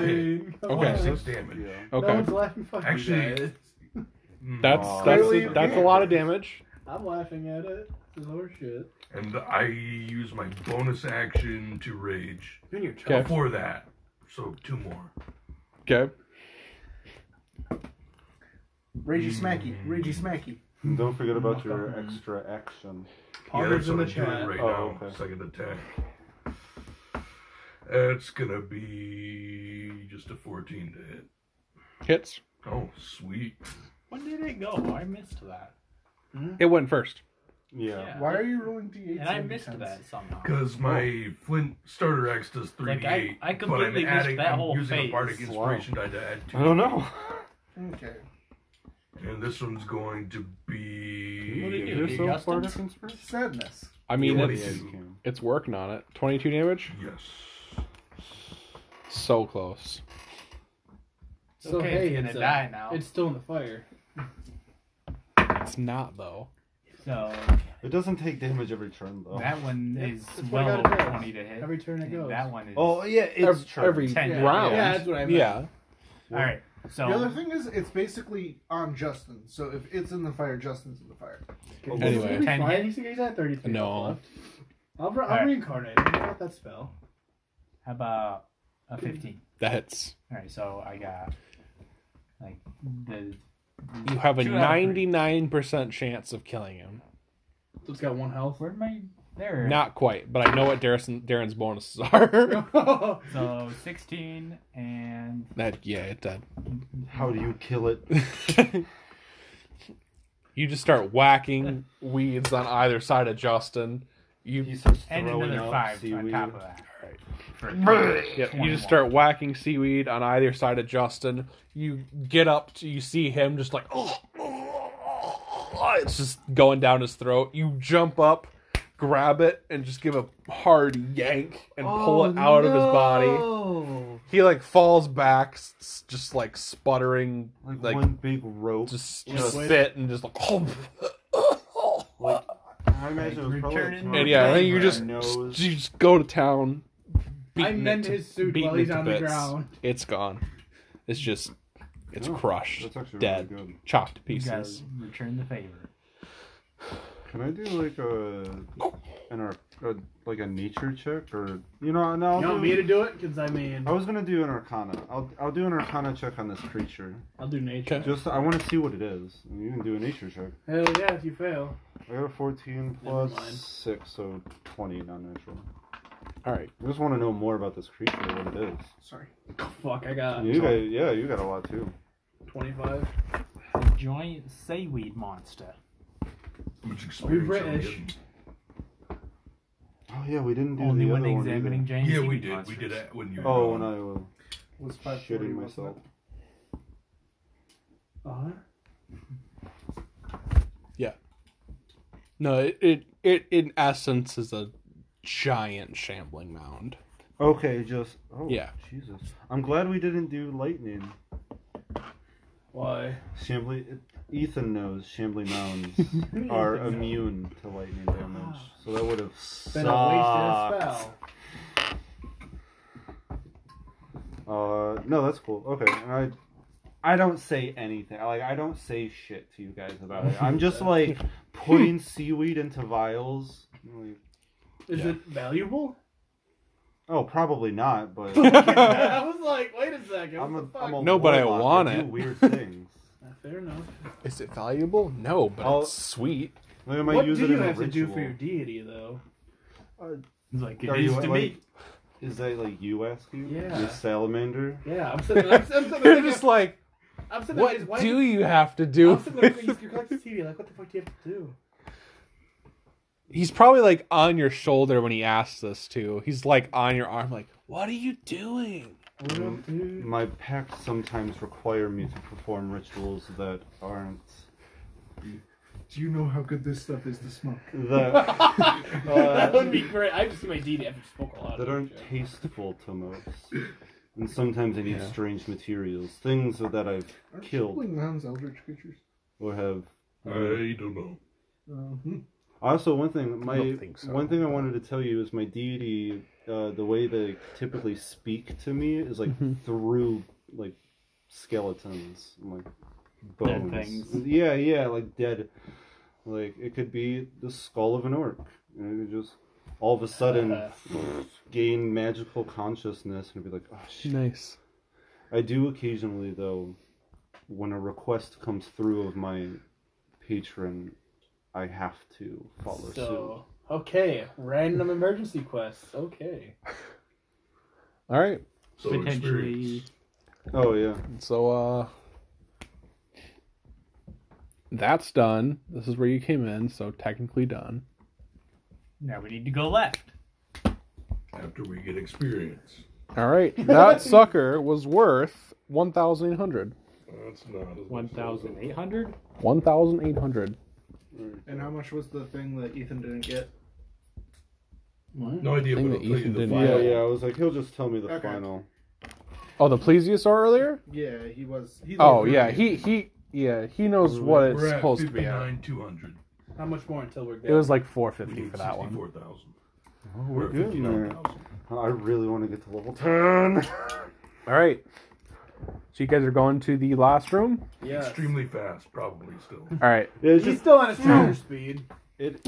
Speaker 3: big,
Speaker 4: to hit.
Speaker 3: like, come
Speaker 1: Okay.
Speaker 3: on.
Speaker 4: 26 damage.
Speaker 5: Yeah.
Speaker 3: No
Speaker 1: Okay.
Speaker 3: one's laughing. Fuck you
Speaker 4: Actually-
Speaker 3: guys.
Speaker 4: Mm.
Speaker 1: That's
Speaker 5: Aw.
Speaker 1: that's,
Speaker 3: Clearly-
Speaker 1: that's a lot of damage.
Speaker 3: I'm laughing at it. This is horseshit.
Speaker 4: And I use my bonus action to rage
Speaker 3: You and your
Speaker 1: Okay.
Speaker 3: child.
Speaker 4: before that. So two more.
Speaker 1: Okay.
Speaker 7: Ragey smacky. Ragey smacky.
Speaker 5: And Don't forget about your extra action.
Speaker 4: yeah,
Speaker 3: Poggers
Speaker 4: that's
Speaker 3: in
Speaker 4: what
Speaker 3: the
Speaker 4: I'm doing
Speaker 3: chat.
Speaker 4: right
Speaker 5: Oh,
Speaker 4: now.
Speaker 5: okay.
Speaker 4: Second attack. It's gonna be just a 14 to hit.
Speaker 1: Hits.
Speaker 4: Oh, sweet.
Speaker 2: When did it go? I missed that.
Speaker 1: It went first.
Speaker 5: Yeah.
Speaker 7: Why are you rolling d8s?
Speaker 2: And I
Speaker 7: every
Speaker 2: missed
Speaker 7: time?
Speaker 2: that somehow.
Speaker 4: Because my
Speaker 5: Oh.
Speaker 4: flint starter axe does 3d8.
Speaker 2: Like, I- I
Speaker 4: but
Speaker 2: completely
Speaker 4: I'm
Speaker 2: missed
Speaker 4: adding,
Speaker 2: that
Speaker 4: I'm
Speaker 2: whole
Speaker 4: using
Speaker 2: phase.
Speaker 4: a bardic
Speaker 5: Wow.
Speaker 4: inspiration die to add two.
Speaker 5: I don't know.
Speaker 7: Okay.
Speaker 4: And this one's going to be.
Speaker 2: What do you do?
Speaker 5: You're
Speaker 2: Did
Speaker 5: so
Speaker 2: Justin?
Speaker 5: far different
Speaker 7: Sadness.
Speaker 1: I mean,
Speaker 4: Yeah,
Speaker 1: it's,
Speaker 4: yeah.
Speaker 1: it's working on it. 22 damage?
Speaker 4: Yes.
Speaker 1: So close.
Speaker 2: It's okay, it's gonna
Speaker 3: uh,
Speaker 2: die now.
Speaker 3: It's still in the fire.
Speaker 1: It's not, though.
Speaker 2: so
Speaker 5: It doesn't take damage every turn though.
Speaker 2: that one
Speaker 3: Yeah,
Speaker 2: is
Speaker 3: that's what
Speaker 2: well
Speaker 3: I got it does.
Speaker 2: over twenty to hit.
Speaker 3: Every turn it
Speaker 2: And
Speaker 3: goes.
Speaker 2: That one is
Speaker 5: Oh yeah, it's
Speaker 1: Ev-
Speaker 5: turn.
Speaker 1: every
Speaker 2: ten.
Speaker 1: round.
Speaker 3: Yeah, that's what I meant.
Speaker 1: Yeah.
Speaker 2: All right. So
Speaker 7: The other thing is, it's basically on Justin. So if it's in the fire, Justin's in the fire.
Speaker 3: Okay,
Speaker 1: Anyway.
Speaker 3: it's gonna be
Speaker 2: 10
Speaker 3: fine.
Speaker 2: hit?
Speaker 3: You see, guys had 33
Speaker 1: No.
Speaker 3: health left. I'll, re- I'll
Speaker 2: Alright.
Speaker 3: reincarnate. I got that spell.
Speaker 2: how about a fifteen?
Speaker 1: That hits.
Speaker 2: All right. So I got like the
Speaker 1: You have a
Speaker 2: Two out of three.
Speaker 1: 99% chance of killing him.
Speaker 3: So it's got one health.
Speaker 2: Where am I? There.
Speaker 1: Not quite, but I know what Darren's, Darren's bonuses are.
Speaker 2: So sixteen and
Speaker 1: that yeah, it did.
Speaker 5: How do you kill it?
Speaker 1: you just start whacking weeds on either side of Justin.
Speaker 5: He
Speaker 1: You
Speaker 5: starts
Speaker 2: and
Speaker 5: throwing
Speaker 2: another
Speaker 5: up
Speaker 2: five on
Speaker 5: seaweed. Oh,
Speaker 2: top of that.
Speaker 1: Alright.
Speaker 2: For a total of
Speaker 1: yep, you
Speaker 2: 21.
Speaker 1: just start whacking seaweed on either side of Justin. You get up to you see him just like oh, it's just going down his throat. You jump up, grab it, and just give a hard yank and pull it out of his body.
Speaker 5: Oh,
Speaker 1: He like falls back, s- s- just like sputtering,
Speaker 5: like,
Speaker 1: like
Speaker 5: one big rope.
Speaker 1: just
Speaker 5: Yeah.
Speaker 1: just
Speaker 5: Wait.
Speaker 1: spit and just like
Speaker 5: like I imagine it was probably
Speaker 2: Return
Speaker 5: like
Speaker 1: and Oh, yeah, I think
Speaker 5: around
Speaker 1: you just
Speaker 5: nose.
Speaker 1: you just go to town.
Speaker 3: I
Speaker 1: beating
Speaker 3: mend
Speaker 1: it to-
Speaker 3: his suit
Speaker 1: beating
Speaker 3: while
Speaker 1: it
Speaker 3: he's
Speaker 1: to
Speaker 3: on the
Speaker 1: bits.
Speaker 3: ground.
Speaker 1: It's gone. It's just it's
Speaker 5: Oh,
Speaker 1: crushed,
Speaker 5: That's actually
Speaker 1: dead,
Speaker 5: really good.
Speaker 1: chopped to
Speaker 2: You guys
Speaker 1: pieces.
Speaker 2: return the favor.
Speaker 5: Can I do like a an ar- a, like a nature check or you know? No, I'll
Speaker 3: You
Speaker 5: do,
Speaker 3: want me to do it? Because I mean,
Speaker 5: I
Speaker 1: Oh.
Speaker 5: was gonna do an Arcana. I'll I'll do an Arcana check on this creature.
Speaker 3: I'll do nature.
Speaker 1: Okay.
Speaker 5: Just I want to see what it is. And you can do a nature check.
Speaker 3: Hell yeah, if you fail.
Speaker 5: I got a 14
Speaker 3: Never
Speaker 5: plus
Speaker 3: mind.
Speaker 5: six, so 20 non-natural.
Speaker 1: All right,
Speaker 5: I just want to know more about this creature, what it is.
Speaker 7: Sorry.
Speaker 3: Fuck, I got
Speaker 5: you got, yeah, you got a lot too.
Speaker 3: 25.
Speaker 2: The giant seaweed monster.
Speaker 4: How much experience are we
Speaker 3: British.
Speaker 4: getting?
Speaker 5: Oh yeah, we didn't do
Speaker 2: Only
Speaker 5: the
Speaker 2: when
Speaker 5: other one
Speaker 2: examining
Speaker 5: either.
Speaker 2: giant
Speaker 4: Yeah,
Speaker 2: seaweed
Speaker 4: we did. We
Speaker 2: monsters.
Speaker 4: did that when you were
Speaker 5: Oh,
Speaker 4: gone.
Speaker 5: when I was
Speaker 7: Was five forty,
Speaker 5: shitting
Speaker 7: wasn't
Speaker 5: myself.
Speaker 7: it?
Speaker 3: Uh-huh.
Speaker 1: no, it, it it in essence is a giant shambling mound.
Speaker 5: Okay, just oh
Speaker 1: Yeah.
Speaker 5: Jesus. I'm glad we didn't do lightning.
Speaker 3: Why?
Speaker 5: Shambly, Ethan knows Shambly Mounds are immune to lightning damage, so that would have
Speaker 3: Then I wasted Oh. a
Speaker 5: sucked.
Speaker 3: spell.
Speaker 5: Uh, no, that's cool. Okay, and I, I don't say anything. Like I don't say shit to you guys about it. I'm just like putting seaweed into vials. Like,
Speaker 3: Is
Speaker 2: Yeah.
Speaker 3: it valuable?
Speaker 5: Oh, probably not, but
Speaker 3: I was like, wait a second.
Speaker 5: I'm
Speaker 3: What
Speaker 5: a,
Speaker 3: the fuck?
Speaker 5: I'm a
Speaker 1: No, but I
Speaker 5: warlock.
Speaker 1: want
Speaker 5: do
Speaker 1: it.
Speaker 5: weird things.
Speaker 3: Fair enough.
Speaker 1: Is it valuable? No, but
Speaker 5: I'll-
Speaker 1: it's sweet.
Speaker 5: Maybe I might
Speaker 3: What do
Speaker 5: use it
Speaker 3: you
Speaker 5: in a
Speaker 3: have to do
Speaker 5: ritual.
Speaker 3: for your deity, though?
Speaker 2: Like it
Speaker 5: Are
Speaker 2: is
Speaker 5: you,
Speaker 2: to
Speaker 5: like-
Speaker 2: me.
Speaker 5: Is that like you asking?
Speaker 3: Yeah.
Speaker 5: Your salamander?
Speaker 3: Yeah, I'm sitting. I'm, sitting- I'm sitting
Speaker 1: They're
Speaker 3: there
Speaker 1: just like,
Speaker 3: I'm sitting there.
Speaker 1: what
Speaker 3: why
Speaker 1: do you have to do?
Speaker 3: I'm sitting there looking at your collector's TV. Like, what the fuck do you have to do?
Speaker 1: He's probably like on your shoulder when he asks this too. He's like on your arm, like, what are you doing?
Speaker 3: What do I have to do?
Speaker 5: My pacts sometimes require me to perform rituals that aren't
Speaker 7: Do you know how good this stuff is to smoke?
Speaker 5: that
Speaker 3: that
Speaker 5: uh,
Speaker 3: would be great. I just see my deity. I've spoke a lot.
Speaker 5: that aren't tasteful to most. And sometimes I need strange materials, things that I've
Speaker 7: Aren't
Speaker 5: Killed.
Speaker 7: Shapling mounds eldritch creatures?
Speaker 5: or have.
Speaker 4: I don't know.
Speaker 7: Uh-huh.
Speaker 5: Also, one thing my
Speaker 1: don't think so.
Speaker 5: one thing I wanted to tell you is my deity, uh, the way they typically speak to me is like through like skeletons, and, like
Speaker 2: Dead
Speaker 5: bones.
Speaker 2: things.
Speaker 5: Yeah, yeah, like dead. Like it could be the skull of an orc, and it could just all of a sudden
Speaker 1: Uh.
Speaker 5: gain magical consciousness and be like, oh shit.
Speaker 1: Nice.
Speaker 5: I do occasionally, though, when a request comes through of my patron, I have to follow suit.
Speaker 3: So, okay, random emergency quests. Okay.
Speaker 1: All right.
Speaker 4: So
Speaker 2: potentially
Speaker 4: experience.
Speaker 5: Oh yeah,
Speaker 1: So uh that's done. This is where you came in, so technically done.
Speaker 6: Now we need to go left.
Speaker 4: After we get experience.
Speaker 1: All right. That sucker was worth 1800.
Speaker 4: That's not as much as
Speaker 2: one thousand eight hundred.
Speaker 1: 1800.
Speaker 7: And how much was the thing that Ethan dinged get?
Speaker 4: I- No idea,
Speaker 1: Thing
Speaker 4: but
Speaker 1: that
Speaker 4: I'll tell you
Speaker 1: Ethan
Speaker 4: the
Speaker 1: didn't
Speaker 5: yeah,
Speaker 4: final.
Speaker 5: yeah. I was like, he'll just tell me the
Speaker 7: Okay.
Speaker 5: final.
Speaker 1: Oh, the plesiosaur earlier?
Speaker 7: Yeah, he was. He's
Speaker 1: Oh
Speaker 7: over
Speaker 1: yeah,
Speaker 7: it.
Speaker 1: he he yeah, he knows what it's
Speaker 4: We're at
Speaker 1: supposed to be at.
Speaker 4: 59, 200.
Speaker 3: How much more until we're done?
Speaker 1: It was like
Speaker 4: We
Speaker 1: 450
Speaker 4: need
Speaker 1: for that one.
Speaker 4: 64,000.
Speaker 5: Oh, we're
Speaker 4: at
Speaker 5: good. man.
Speaker 4: 59,000.
Speaker 5: I really want to get to level ten.
Speaker 1: All right. So you guys are going to the last room?
Speaker 3: yeah.
Speaker 4: Extremely fast, probably still.
Speaker 1: All right.
Speaker 5: it's
Speaker 3: He's
Speaker 5: just
Speaker 3: still on his charger speed.
Speaker 5: it.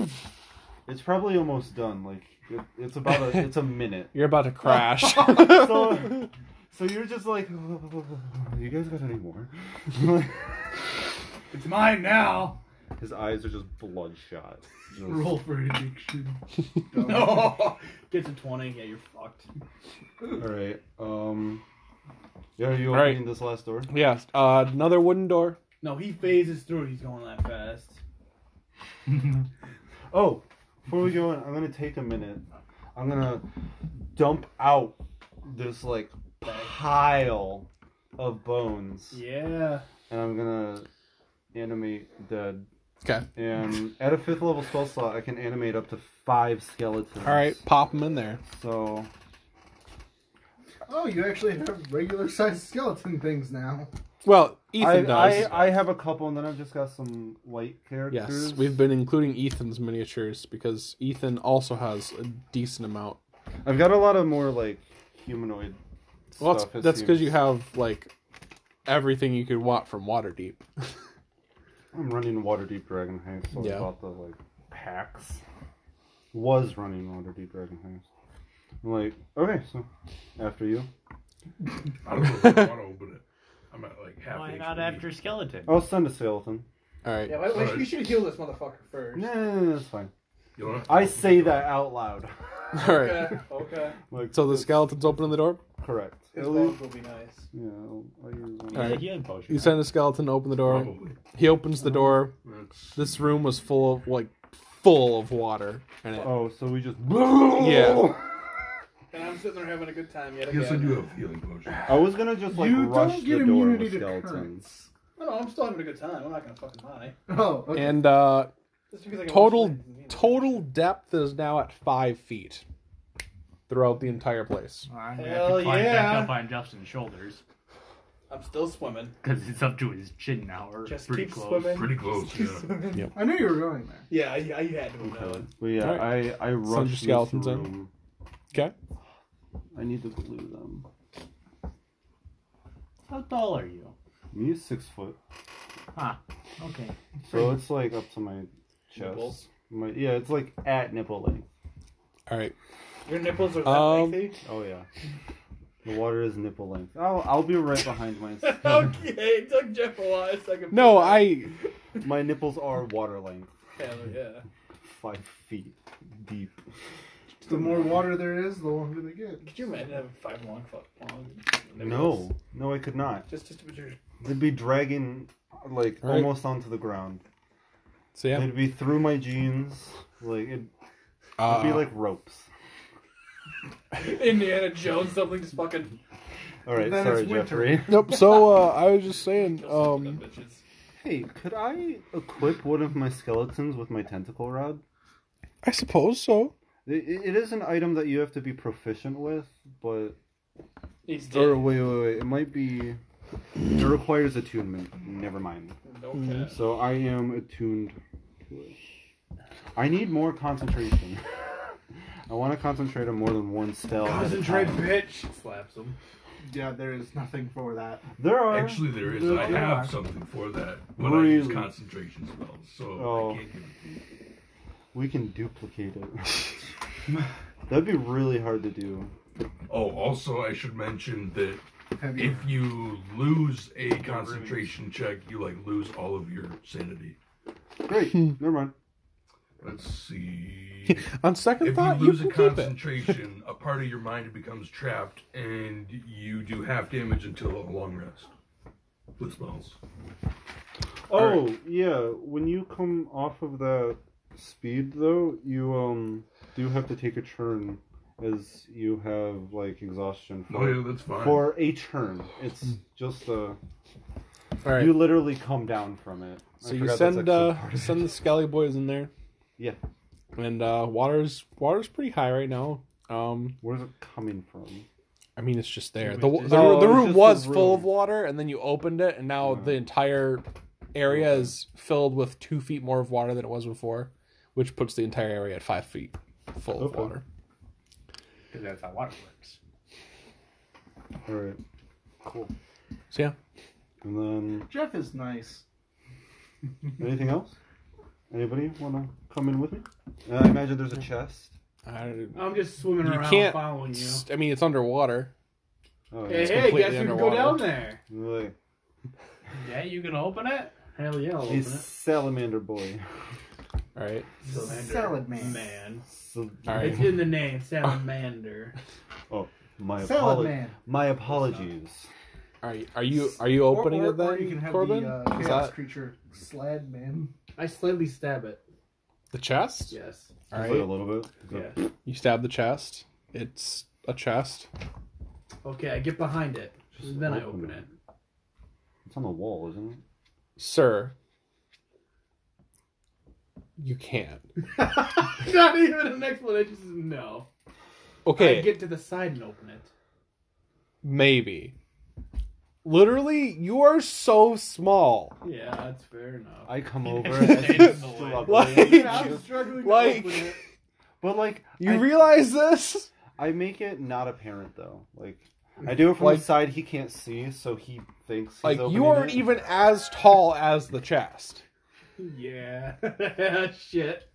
Speaker 5: It's probably almost done. Like it, it's about a it's a minute.
Speaker 1: You're about to crash.
Speaker 5: So, so you're just like, you guys got any more?
Speaker 2: It's mine now.
Speaker 5: His eyes are just bloodshot. Just-
Speaker 7: Roll for addiction.
Speaker 3: No. Get to twenty. Yeah, you're fucked.
Speaker 5: All right. Um. Yeah, are you
Speaker 1: All right.
Speaker 5: opening this last door?
Speaker 1: yes, uh, another wooden door.
Speaker 3: No, he phases through. it. He's going that fast.
Speaker 5: Oh, before we go in, I'm gonna take a minute. I'm gonna dump out this like pile of bones,
Speaker 3: Yeah.
Speaker 5: and I'm gonna animate dead.
Speaker 1: Okay.
Speaker 5: And at a fifth level spell slot, I can animate up to five skeletons.
Speaker 1: All right, pop them in there.
Speaker 5: So
Speaker 7: Oh, you actually have regular sized skeleton things now.
Speaker 1: Well, Ethan
Speaker 5: I,
Speaker 1: does.
Speaker 5: I I have a couple, and then I've just got some light
Speaker 1: yes,
Speaker 5: characters.
Speaker 1: we've been including Ethan's miniatures because Ethan also has a decent amount.
Speaker 5: I've got a lot of more like humanoid.
Speaker 1: Well,
Speaker 5: stuff, it
Speaker 1: that's that's because
Speaker 5: seems.
Speaker 1: you have like everything you could want from Waterdeep.
Speaker 5: I'm running Waterdeep Dragon Heist, so
Speaker 1: Yeah.
Speaker 5: I bought the like packs. Was running Waterdeep Dragon Heist. I'm like, okay, so after you.
Speaker 4: I don't know if I want to open it. I'm at like half.
Speaker 6: Why
Speaker 4: HP.
Speaker 6: not after skeleton?
Speaker 5: I'll send a skeleton.
Speaker 1: All right.
Speaker 3: why,
Speaker 4: why- you
Speaker 3: should heal this motherfucker first.
Speaker 5: No, no, no, that's fine.
Speaker 4: You don't have to
Speaker 5: I
Speaker 4: open
Speaker 5: say
Speaker 4: it.
Speaker 5: that out loud.
Speaker 1: All right.
Speaker 3: okay.
Speaker 5: like,
Speaker 1: So the skeletons opening the door.
Speaker 5: correct.
Speaker 3: His
Speaker 5: At least-
Speaker 3: bones will be nice.
Speaker 5: yeah, I'll, I'll use one.
Speaker 1: All right.
Speaker 6: The healing potion.
Speaker 1: You send the skeleton to open the door.
Speaker 5: Oh.
Speaker 4: Probably.
Speaker 1: He opens the door.
Speaker 4: That's
Speaker 1: This room was full of like full of water, and it
Speaker 5: Oh, so we just.
Speaker 1: Yeah.
Speaker 3: And I'm sitting there having a good time yet
Speaker 4: Yes, I do have healing potion.
Speaker 5: I was gonna just like
Speaker 7: you
Speaker 5: rush
Speaker 7: don't get
Speaker 5: the door
Speaker 7: immunity
Speaker 5: with
Speaker 7: to
Speaker 5: skeletons.
Speaker 7: currents.
Speaker 3: No, no, I'm still having a good time. I'm not gonna fucking lie.
Speaker 7: Oh, okay.
Speaker 1: and uh,
Speaker 3: Just because I got
Speaker 1: total
Speaker 3: one slice doesn't mean
Speaker 1: total depth is now at five feet throughout the entire place.
Speaker 6: I'm gonna have
Speaker 3: Hell
Speaker 6: to climb
Speaker 3: yeah.
Speaker 6: back up on Justin's shoulders
Speaker 3: I'm still swimming.
Speaker 6: because it's up to his chin now, or
Speaker 3: Just
Speaker 6: pretty
Speaker 3: keep
Speaker 6: close.
Speaker 3: swimming.
Speaker 4: Pretty close, yeah.
Speaker 7: I knew you were going there.
Speaker 3: Yeah, I, I had to have known.
Speaker 5: But yeah, I I
Speaker 1: your
Speaker 5: rushed this
Speaker 1: skeletons in.
Speaker 5: room.
Speaker 1: Okay.
Speaker 5: I need to glue them.
Speaker 6: How tall are you?
Speaker 5: Me is six foot.
Speaker 6: Okay.
Speaker 5: So it's like up to my chest.
Speaker 3: Nipples?
Speaker 5: My yeah, it's like at nipple length.
Speaker 1: All right.
Speaker 2: Your nipples are that
Speaker 1: Um,
Speaker 2: lengthy?
Speaker 5: Oh yeah. The water is nipple length. I'll I'll be right behind my
Speaker 2: okay, it took Jeff a while. It's like a
Speaker 1: No, I.
Speaker 5: my nipples are water length,
Speaker 2: Hell yeah.
Speaker 5: five feet deep.
Speaker 7: The more water there is, the longer they get.
Speaker 2: Could you imagine having five long fuck long? nipples?
Speaker 5: No, no, I could not.
Speaker 2: Just just put your
Speaker 5: They'd be dragging like
Speaker 1: Right.
Speaker 5: almost onto the ground.
Speaker 1: So yeah,
Speaker 5: It'd be through my jeans, like it'd,
Speaker 7: Ah.
Speaker 1: uh,
Speaker 5: it'd be like ropes.
Speaker 2: Indiana Jones something just fucking
Speaker 5: All right,
Speaker 7: Then
Speaker 5: sorry,
Speaker 7: it's winter.
Speaker 5: Jeffrey.
Speaker 1: nope. So uh, I was just saying,
Speaker 2: just
Speaker 1: um,
Speaker 2: bitches.
Speaker 5: Hey, could I equip one of my skeletons with my tentacle rod?
Speaker 1: I suppose so.
Speaker 5: It, it is an item that you have to be proficient with, but
Speaker 2: He's dead.
Speaker 5: or wait, wait, wait, it might be. It requires attunement. Never mind.
Speaker 2: No
Speaker 1: Mm.
Speaker 2: cap.
Speaker 5: So I am attuned to it. I need more concentration. I want to concentrate on more than one spell. at a
Speaker 3: Concentrate,
Speaker 5: time.
Speaker 3: bitch. Slaps him.
Speaker 7: Yeah, there is nothing for that.
Speaker 5: There are.
Speaker 4: Actually, there is. I have something for that, but I use
Speaker 5: Really?
Speaker 4: concentration spells, so
Speaker 5: Oh.
Speaker 4: I can't give it.
Speaker 5: We can duplicate it. That'd be really hard to do.
Speaker 4: Oh, also, I should mention that
Speaker 7: Have you?
Speaker 4: if you lose a concentration check, you like lose all of your sanity.
Speaker 5: Great. Never mind.
Speaker 4: Let's see.
Speaker 1: On second
Speaker 4: If you
Speaker 1: thought, you,
Speaker 4: lose a
Speaker 1: can keep it.
Speaker 4: concentration, a part of your mind becomes trapped, and you do half damage until a long rest. With spells.
Speaker 5: Oh yeah, when you come off of that speed though, you um do have to take a turn as you have like exhaustion
Speaker 4: Oh,
Speaker 5: for
Speaker 4: yeah, Hmm. that's fine.
Speaker 5: for a turn. It's just uh
Speaker 1: All right.
Speaker 5: you literally come down from it. I
Speaker 1: so you
Speaker 5: forgot that's
Speaker 1: send
Speaker 5: actually
Speaker 1: uh,
Speaker 5: part of
Speaker 1: send the
Speaker 5: it.
Speaker 1: Skelly boys in there.
Speaker 5: Yeah.
Speaker 1: And uh, water's water's pretty high right now. Um,
Speaker 5: Where's it coming from?
Speaker 1: I mean it's just there.
Speaker 2: It
Speaker 1: The
Speaker 2: was
Speaker 1: the,
Speaker 2: just-
Speaker 1: the,
Speaker 5: Oh,
Speaker 1: the
Speaker 5: it's
Speaker 1: room
Speaker 5: just
Speaker 1: was
Speaker 5: the
Speaker 1: full
Speaker 5: room.
Speaker 1: of water, and then you opened it, and now
Speaker 5: Yeah.
Speaker 1: the entire area is filled with two feet more of water than it was before, which puts the entire area at five feet full of
Speaker 5: Okay.
Speaker 1: water.
Speaker 2: Because that's how water works.
Speaker 5: All right. Cool.
Speaker 1: So yeah,
Speaker 5: And then
Speaker 7: Jeff is nice.
Speaker 5: anything else? Anybody want to come in with me? Uh, I imagine there's a chest.
Speaker 1: I,
Speaker 3: I'm just swimming
Speaker 1: You
Speaker 3: around
Speaker 1: can't
Speaker 3: following you.
Speaker 1: I mean it's underwater.
Speaker 5: Oh,
Speaker 3: Hey, hey,
Speaker 5: yeah.
Speaker 3: guess
Speaker 1: completely
Speaker 3: we can go
Speaker 1: underwater.
Speaker 3: down there.
Speaker 5: Like,
Speaker 2: Yeah, you can open it?
Speaker 3: Hell yeah, I'll open
Speaker 5: a
Speaker 3: it.
Speaker 5: salamander boy.
Speaker 1: All right.
Speaker 2: Cylinder.
Speaker 7: Salad man.
Speaker 2: Man.
Speaker 5: So,
Speaker 1: All right.
Speaker 3: It's in the name, salamander.
Speaker 5: my
Speaker 7: Salad
Speaker 5: apologies.
Speaker 7: man.
Speaker 5: My apologies.
Speaker 1: Are you are you are you opening
Speaker 7: or, or,
Speaker 1: it then,
Speaker 7: Or you can have
Speaker 1: Corbin?
Speaker 7: the uh,
Speaker 1: Is
Speaker 7: chaos
Speaker 1: that
Speaker 7: creature slad man.
Speaker 3: I slightly stab it.
Speaker 1: the chest?
Speaker 3: Yes.
Speaker 1: All
Speaker 5: Just like
Speaker 1: right.
Speaker 5: a little bit.
Speaker 3: Yeah.
Speaker 1: You stab the chest. It's a chest.
Speaker 3: Okay, I get behind it.
Speaker 5: Just
Speaker 3: then I
Speaker 5: open
Speaker 3: open
Speaker 5: it.
Speaker 3: it.
Speaker 5: It's on the wall, isn't it?
Speaker 1: Sir, you can't.
Speaker 3: Not even an explanation. just No.
Speaker 1: Okay,
Speaker 3: I get to the side and open it.
Speaker 1: maybe. Literally, you are so small.
Speaker 3: Yeah, that's fair enough.
Speaker 5: I come over.
Speaker 2: Standing
Speaker 5: and
Speaker 2: in the way.
Speaker 5: struggle.
Speaker 1: Like,
Speaker 3: I'm struggling to
Speaker 1: like-
Speaker 3: open it.
Speaker 5: but like
Speaker 1: you
Speaker 5: I,
Speaker 1: realize this?
Speaker 5: I make it not apparent though. Like I do it from
Speaker 1: Like-
Speaker 5: the side he can't see, so he thinks he's
Speaker 1: Like,
Speaker 5: opening
Speaker 1: you aren't
Speaker 5: it.
Speaker 1: even as tall as the chest.
Speaker 3: Yeah. Shit.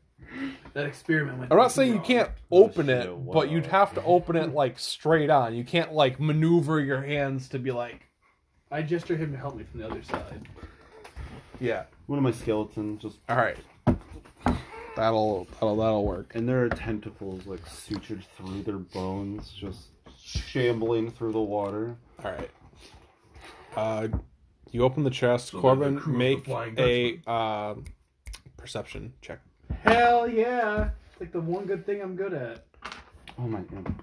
Speaker 3: That experiment went.
Speaker 1: I'm not saying you
Speaker 3: wrong.
Speaker 1: can't open
Speaker 5: shit,
Speaker 1: it,
Speaker 5: wow.
Speaker 1: but you'd have to open it, like, straight on. You can't, like, maneuver your hands to be like,
Speaker 3: I gesture him to help me from the other side.
Speaker 1: yeah.
Speaker 5: One of my skeletons just,
Speaker 1: All right. That'll that'll that'll work.
Speaker 5: and there are tentacles like sutured through their bones, just shambling through the water.
Speaker 1: All right. Uh, you open the chest.
Speaker 4: So they're
Speaker 1: Corbin,
Speaker 4: the crew of the
Speaker 1: make
Speaker 4: Flying
Speaker 1: a uh, perception check.
Speaker 3: Hell yeah! It's like the one good thing I'm good at.
Speaker 5: Oh my god.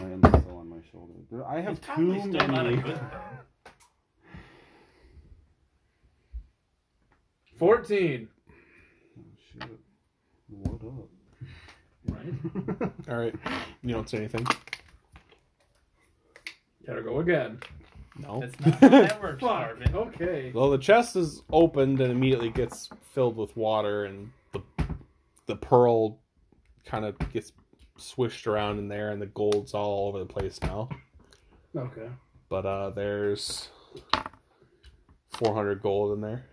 Speaker 5: My end's still on my shoulder. There- I have
Speaker 2: It's probably
Speaker 5: too
Speaker 2: still not a
Speaker 5: many.
Speaker 2: good thing.
Speaker 3: Fourteen.
Speaker 5: Oh, Shit. What
Speaker 3: Right.
Speaker 5: up?
Speaker 1: All right. You don't say anything.
Speaker 3: Gotta go again.
Speaker 1: No.
Speaker 2: That's not how that works,
Speaker 3: Fuck.
Speaker 2: Marvin.
Speaker 3: Okay.
Speaker 1: Well, the chest is opened and immediately gets filled with water, and the the pearl kind of gets swished around in there, and the gold's all over the place now.
Speaker 3: Okay.
Speaker 1: But uh, there's 400 gold in there.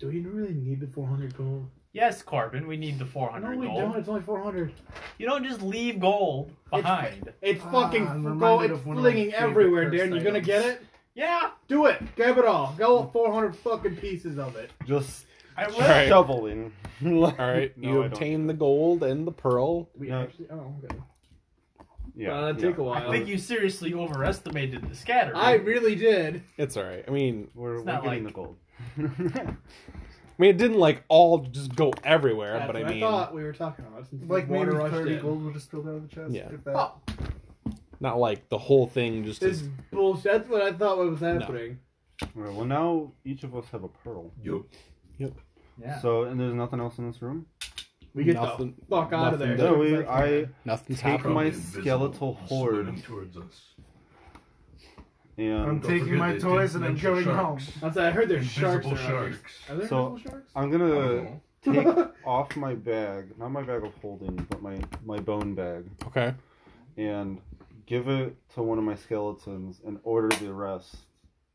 Speaker 3: Do we really need the 400 gold?
Speaker 6: Yes, Corbin, we need the 400
Speaker 2: No, we
Speaker 6: gold.
Speaker 2: don't. It's only 400
Speaker 6: You don't just leave gold behind.
Speaker 3: It's
Speaker 7: Ah,
Speaker 3: fucking
Speaker 7: I'm
Speaker 3: go.
Speaker 7: reminded
Speaker 3: It's
Speaker 7: of one of my
Speaker 3: flinging
Speaker 7: favorite
Speaker 3: everywhere,
Speaker 7: cursed
Speaker 3: Darren. You're gonna
Speaker 7: items. Mm.
Speaker 3: get it.
Speaker 6: Yeah,
Speaker 3: Do it. Grab it all. Go with 400 fucking pieces of it.
Speaker 5: Just
Speaker 6: I will.
Speaker 1: Alright.
Speaker 5: shoveling.
Speaker 1: All right,
Speaker 5: No,
Speaker 1: you
Speaker 5: I don't.
Speaker 1: obtain the gold and the pearl.
Speaker 3: We
Speaker 5: No.
Speaker 3: actually. Oh, okay.
Speaker 5: Yeah.
Speaker 3: uh, that'd take
Speaker 5: yeah.
Speaker 3: a while.
Speaker 6: I think you seriously overestimated the scatter.
Speaker 3: I really did.
Speaker 1: It's all right. I mean,
Speaker 5: We're,
Speaker 6: It's
Speaker 5: we're
Speaker 6: not
Speaker 5: getting
Speaker 6: like-
Speaker 5: the gold.
Speaker 1: I mean, it didn't like all just go everywhere,
Speaker 3: That's
Speaker 1: but I
Speaker 3: what
Speaker 1: mean,
Speaker 3: I thought we were talking about. Since
Speaker 7: Like maybe
Speaker 3: water rushed
Speaker 7: 30
Speaker 3: in.
Speaker 7: gold would have spilled out of the chest.
Speaker 1: Yeah.
Speaker 7: If that.
Speaker 3: Oh.
Speaker 1: not like the whole thing just
Speaker 3: This
Speaker 1: is
Speaker 3: is bullshit. That's what I thought was happening.
Speaker 5: Alright, well, now each of us have a pearl.
Speaker 4: Yup.
Speaker 6: Yeah.
Speaker 5: So, and there's nothing else in this room?
Speaker 3: We get
Speaker 1: Nothing-
Speaker 3: the fuck out of
Speaker 1: nothing
Speaker 3: there.
Speaker 1: does.
Speaker 5: No, we, I
Speaker 1: nothing's
Speaker 5: Take
Speaker 1: happening.
Speaker 5: my
Speaker 4: Probably invisible,
Speaker 5: skeletal horde.
Speaker 4: swimming towards us.
Speaker 5: am.
Speaker 7: I'm
Speaker 4: Don't
Speaker 7: taking
Speaker 4: forget
Speaker 7: my
Speaker 4: they
Speaker 7: toys
Speaker 4: did
Speaker 7: and I'm
Speaker 4: mention
Speaker 7: going home.
Speaker 4: sharks.
Speaker 3: That's I heard there's sharks
Speaker 4: Invisible
Speaker 3: around.
Speaker 4: sharks.
Speaker 3: Are there
Speaker 5: So-
Speaker 3: invisible sharks?
Speaker 5: I'm
Speaker 4: I
Speaker 5: gonna
Speaker 4: don't know.
Speaker 5: take off my bag, not my bag of holding, but my my bone bag,
Speaker 1: Okay.
Speaker 5: and give it to one of my skeletons and order the rest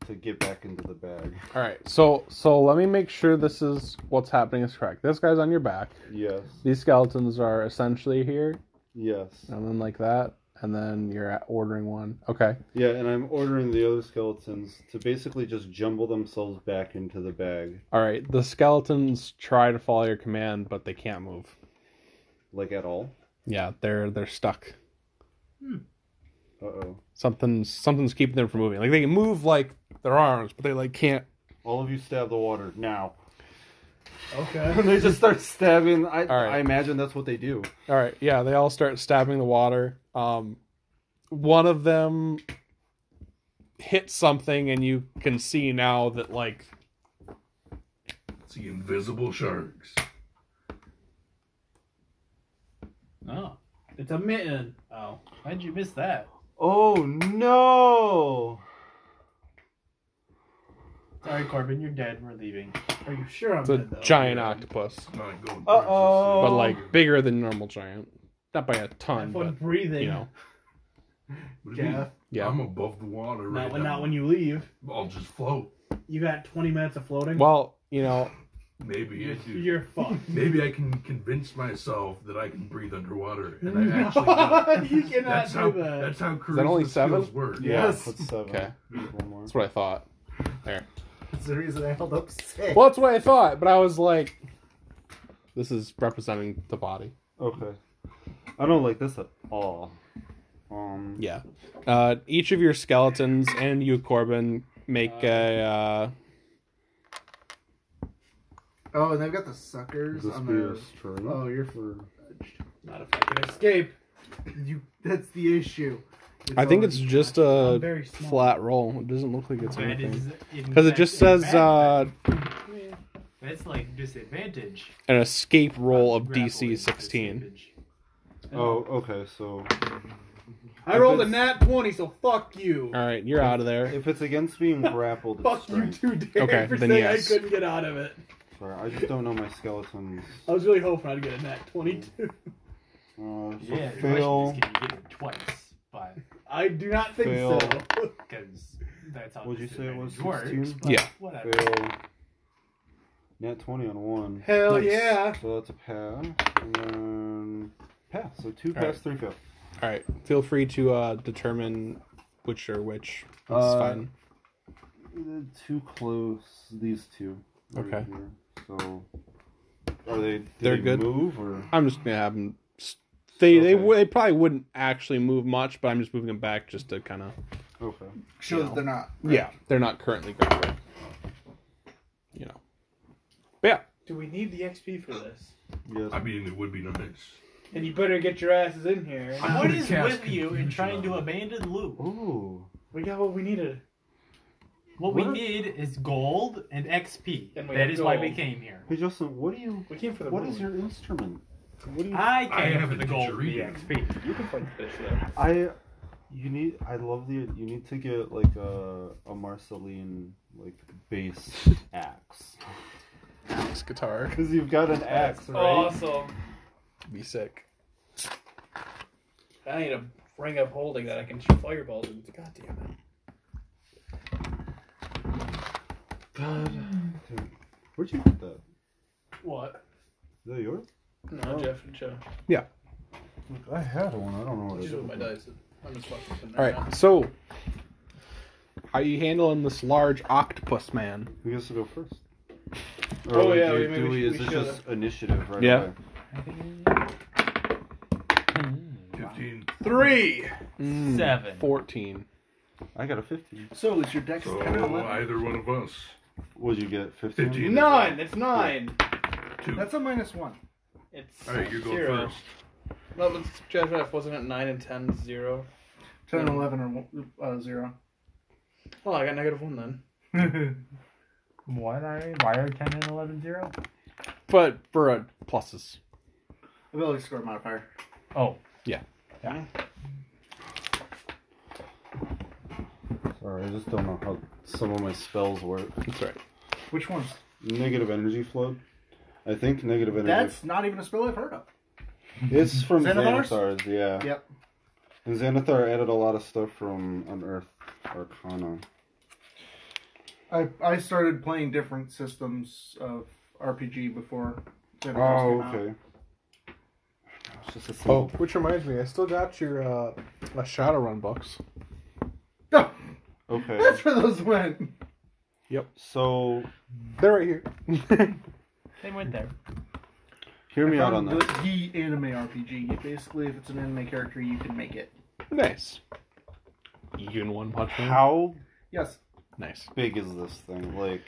Speaker 5: to get back into the bag.
Speaker 1: All right. So so let me make sure this is what's happening is correct. This guy's on your back.
Speaker 5: Yes,
Speaker 1: These skeletons are essentially here,
Speaker 5: yes,
Speaker 1: and then like that, and then you're at ordering one. Okay.
Speaker 5: yeah. And I'm ordering the other skeletons to basically just jumble themselves back into the bag,
Speaker 1: All right. The skeletons try to follow your command, but they can't move.
Speaker 5: like at all.
Speaker 1: Yeah, they're they're stuck.
Speaker 5: Uh oh.
Speaker 1: Something's something's keeping them from moving. Like they can move like their arms, but they like can't.
Speaker 5: All of you stab the water now.
Speaker 3: Okay.
Speaker 5: And they just start stabbing. I
Speaker 1: right.
Speaker 5: I imagine that's what they do.
Speaker 1: All right, yeah, they all start stabbing the water. Um, one of them hits something, and you can see now that like
Speaker 4: It's the invisible sharks.
Speaker 6: Oh,
Speaker 3: It's a mitten. Oh.
Speaker 6: why'd you miss that?
Speaker 5: Oh no!
Speaker 6: Sorry, Corbin, you're dead. We're leaving.
Speaker 3: Are you sure I'm
Speaker 1: it's a
Speaker 3: dead though?
Speaker 1: giant octopus,
Speaker 4: Not going. towards
Speaker 5: Uh-oh.
Speaker 4: us.
Speaker 1: but
Speaker 7: Oh.
Speaker 1: like bigger than normal giant, not by a ton,
Speaker 3: Have fun
Speaker 1: but
Speaker 3: breathing.
Speaker 1: you know,
Speaker 4: What do you mean?
Speaker 3: Jeff.
Speaker 1: yeah.
Speaker 4: I'm above the water right
Speaker 3: not when,
Speaker 4: now.
Speaker 3: not when you leave.
Speaker 4: I'll just float.
Speaker 3: You got 20 minutes of floating.
Speaker 1: Well, you know,
Speaker 4: Maybe I do.
Speaker 3: You're fucked.
Speaker 4: Maybe I can convince myself that I can breathe underwater, and I actually will.
Speaker 3: you cannot
Speaker 4: That's
Speaker 3: do
Speaker 4: how.
Speaker 3: that.
Speaker 4: That's how charisma
Speaker 1: only seven?
Speaker 4: skills work.
Speaker 5: Yeah,
Speaker 3: Yes.
Speaker 5: put seven.
Speaker 1: Okay.
Speaker 5: One more.
Speaker 1: that's what I thought.
Speaker 7: That's the reason I held up six.
Speaker 1: Well, that's what I thought, but I was like, this is representing the body.
Speaker 5: Okay. I don't like this at all. Um.
Speaker 1: Yeah. Uh, each of your skeletons and you, Corbin, make a. Uh,
Speaker 7: Oh, and they've got the suckers
Speaker 5: This
Speaker 7: on
Speaker 5: be
Speaker 7: their.
Speaker 5: a string.
Speaker 7: Oh, you're.
Speaker 5: Or-
Speaker 3: Not if I can escape.
Speaker 7: You. That's the issue.
Speaker 1: I think
Speaker 7: all-
Speaker 1: it's just
Speaker 3: I'm
Speaker 1: a
Speaker 3: very small.
Speaker 1: flat roll. It doesn't look like it's
Speaker 6: That
Speaker 1: anything.
Speaker 6: is in
Speaker 1: Because it
Speaker 6: fact
Speaker 1: just
Speaker 6: a
Speaker 1: says
Speaker 6: bad-
Speaker 1: uh,
Speaker 6: That's like disadvantage.
Speaker 1: an escape roll of
Speaker 6: Grappling
Speaker 1: DC 16.
Speaker 6: disadvantage.
Speaker 5: Oh, okay. So
Speaker 3: I rolled a nat 20, so fuck you.
Speaker 1: All right, you're out of there.
Speaker 5: if it's against being grappled, it's
Speaker 3: Fuck you
Speaker 5: strength.
Speaker 3: too, Dave,
Speaker 1: Okay,
Speaker 3: for
Speaker 1: then
Speaker 3: saying
Speaker 1: yes.
Speaker 3: I couldn't get out of it.
Speaker 5: Sorry, I just don't know my skeletons.
Speaker 3: I was really hoping I'd get a nat 22.
Speaker 5: Uh, so
Speaker 6: Yeah, the
Speaker 5: fail.
Speaker 6: question is, can you get it twice? But
Speaker 3: I do not think
Speaker 5: Fail.
Speaker 3: so.
Speaker 6: because that's how
Speaker 5: What'd you say it was,
Speaker 6: disadvantage works.
Speaker 5: 16?
Speaker 6: but
Speaker 1: Yeah.
Speaker 6: Whatever.
Speaker 5: Fail. Nat twenty on one.
Speaker 3: Hell
Speaker 1: Nice.
Speaker 3: yeah.
Speaker 5: So that's a pass. And then pass. So two
Speaker 1: All right.
Speaker 5: pass, three fail.
Speaker 1: All right, feel free to uh, determine which are which. That's
Speaker 5: Uh,
Speaker 1: fine.
Speaker 5: Uh, Too close. These two. right
Speaker 1: Okay.
Speaker 5: here. So are they? do
Speaker 1: They're
Speaker 5: they
Speaker 1: good?
Speaker 5: Move or
Speaker 1: I'm just gonna have them. s- They they
Speaker 5: Okay.
Speaker 1: w- they probably wouldn't actually move much, but I'm just moving them back just to kind of.
Speaker 5: okay.
Speaker 7: Shows they're not.
Speaker 1: Yeah, they're not currently grappling. You know. But yeah,
Speaker 3: Do we need the XP for this?
Speaker 5: Yes.
Speaker 4: I mean, it would be nice.
Speaker 3: And you better get your asses in here.
Speaker 4: I'm
Speaker 6: What
Speaker 4: gonna
Speaker 6: is
Speaker 4: cast
Speaker 6: with you in
Speaker 4: confusion
Speaker 6: trying to
Speaker 4: on it.
Speaker 6: abandon Luke?
Speaker 5: Ooh.
Speaker 3: We got what we needed.
Speaker 6: What we
Speaker 5: What?
Speaker 6: need is gold and XP.
Speaker 3: And we
Speaker 6: that
Speaker 3: have
Speaker 6: is why we
Speaker 3: gold.
Speaker 6: came here.
Speaker 5: Hey Justin, what do you?
Speaker 3: We came for the
Speaker 5: What
Speaker 3: moon.
Speaker 5: is your instrument? What do you?
Speaker 6: I came
Speaker 4: have
Speaker 6: for
Speaker 4: a
Speaker 6: the gold and the
Speaker 4: didgeridoo.
Speaker 6: XP.
Speaker 3: You can fight fish, though.
Speaker 5: I you need. I love the. You need to get like a a Marceline like bass axe
Speaker 1: this guitar
Speaker 5: because you've got an axe, right?
Speaker 3: Oh, Awesome.
Speaker 1: be sick.
Speaker 3: I need a ring of holding that I can shoot fireballs in. God damn it.
Speaker 5: Where'd you get that?
Speaker 3: What?
Speaker 5: Is that yours?
Speaker 3: No, Jeff and Joe.
Speaker 5: Look, I had one. I don't know
Speaker 3: Oh,
Speaker 5: what it
Speaker 7: Just with my
Speaker 5: is.
Speaker 7: dice. I'm just fucking with them
Speaker 1: All right. So, how you handling this large octopus man?
Speaker 5: Who gets to go first?
Speaker 3: Oh,
Speaker 5: wait,
Speaker 3: yeah,
Speaker 5: do,
Speaker 3: we- maybe
Speaker 5: do
Speaker 3: we
Speaker 5: we,
Speaker 3: should-
Speaker 5: is
Speaker 3: we
Speaker 5: this
Speaker 3: should-
Speaker 5: just initiative right
Speaker 1: Yeah.
Speaker 5: away?
Speaker 4: Fifteen.
Speaker 3: Three.
Speaker 1: Mm,
Speaker 6: Seven.
Speaker 1: Fourteen.
Speaker 5: I got a 15.
Speaker 7: So is your dex
Speaker 4: So
Speaker 7: ten and eleven?
Speaker 4: either one of us.
Speaker 5: Would you get 15?
Speaker 4: 15.
Speaker 3: Nine. It's nine.
Speaker 4: Two.
Speaker 7: That's a minus one.
Speaker 3: It's
Speaker 4: All right, you're going
Speaker 3: zero.
Speaker 4: first.
Speaker 3: No, but Jeff F wasn't it nine and ten is zero.
Speaker 7: Ten and eleven are one- uh, zero.
Speaker 3: Oh, I got negative one then.
Speaker 6: What are why are ten and eleven zero?
Speaker 1: But for uh, pluses.
Speaker 7: Ability score modifier.
Speaker 6: Oh,
Speaker 5: Sorry, I just don't know how some of my spells work.
Speaker 1: That's right.
Speaker 7: Which ones?
Speaker 5: Negative energy flood. I think negative energy.
Speaker 7: That's not even a spell I've heard of.
Speaker 5: It's from
Speaker 7: Xanathars?
Speaker 5: Xanathars, yeah.
Speaker 7: Yep.
Speaker 5: And Xanathar added a lot of stuff from Unearthed Arcana.
Speaker 7: I I started playing different systems of RPG before. Xenoverse
Speaker 5: Oh,
Speaker 7: came out.
Speaker 5: okay. It's just a
Speaker 1: Oh,
Speaker 5: simple-
Speaker 1: which reminds me, I still got your uh, my Shadowrun books.
Speaker 7: Oh,
Speaker 5: Okay.
Speaker 7: that's where those went.
Speaker 5: So,
Speaker 1: They're right here.
Speaker 6: they went there.
Speaker 5: hear me out on
Speaker 7: Found
Speaker 5: this.
Speaker 7: the, the anime RPG. You basically, if it's an anime character, you can make it.
Speaker 1: nice. You in one punch man.
Speaker 5: How
Speaker 7: Yes.
Speaker 1: Nice.
Speaker 5: big is this thing? Like,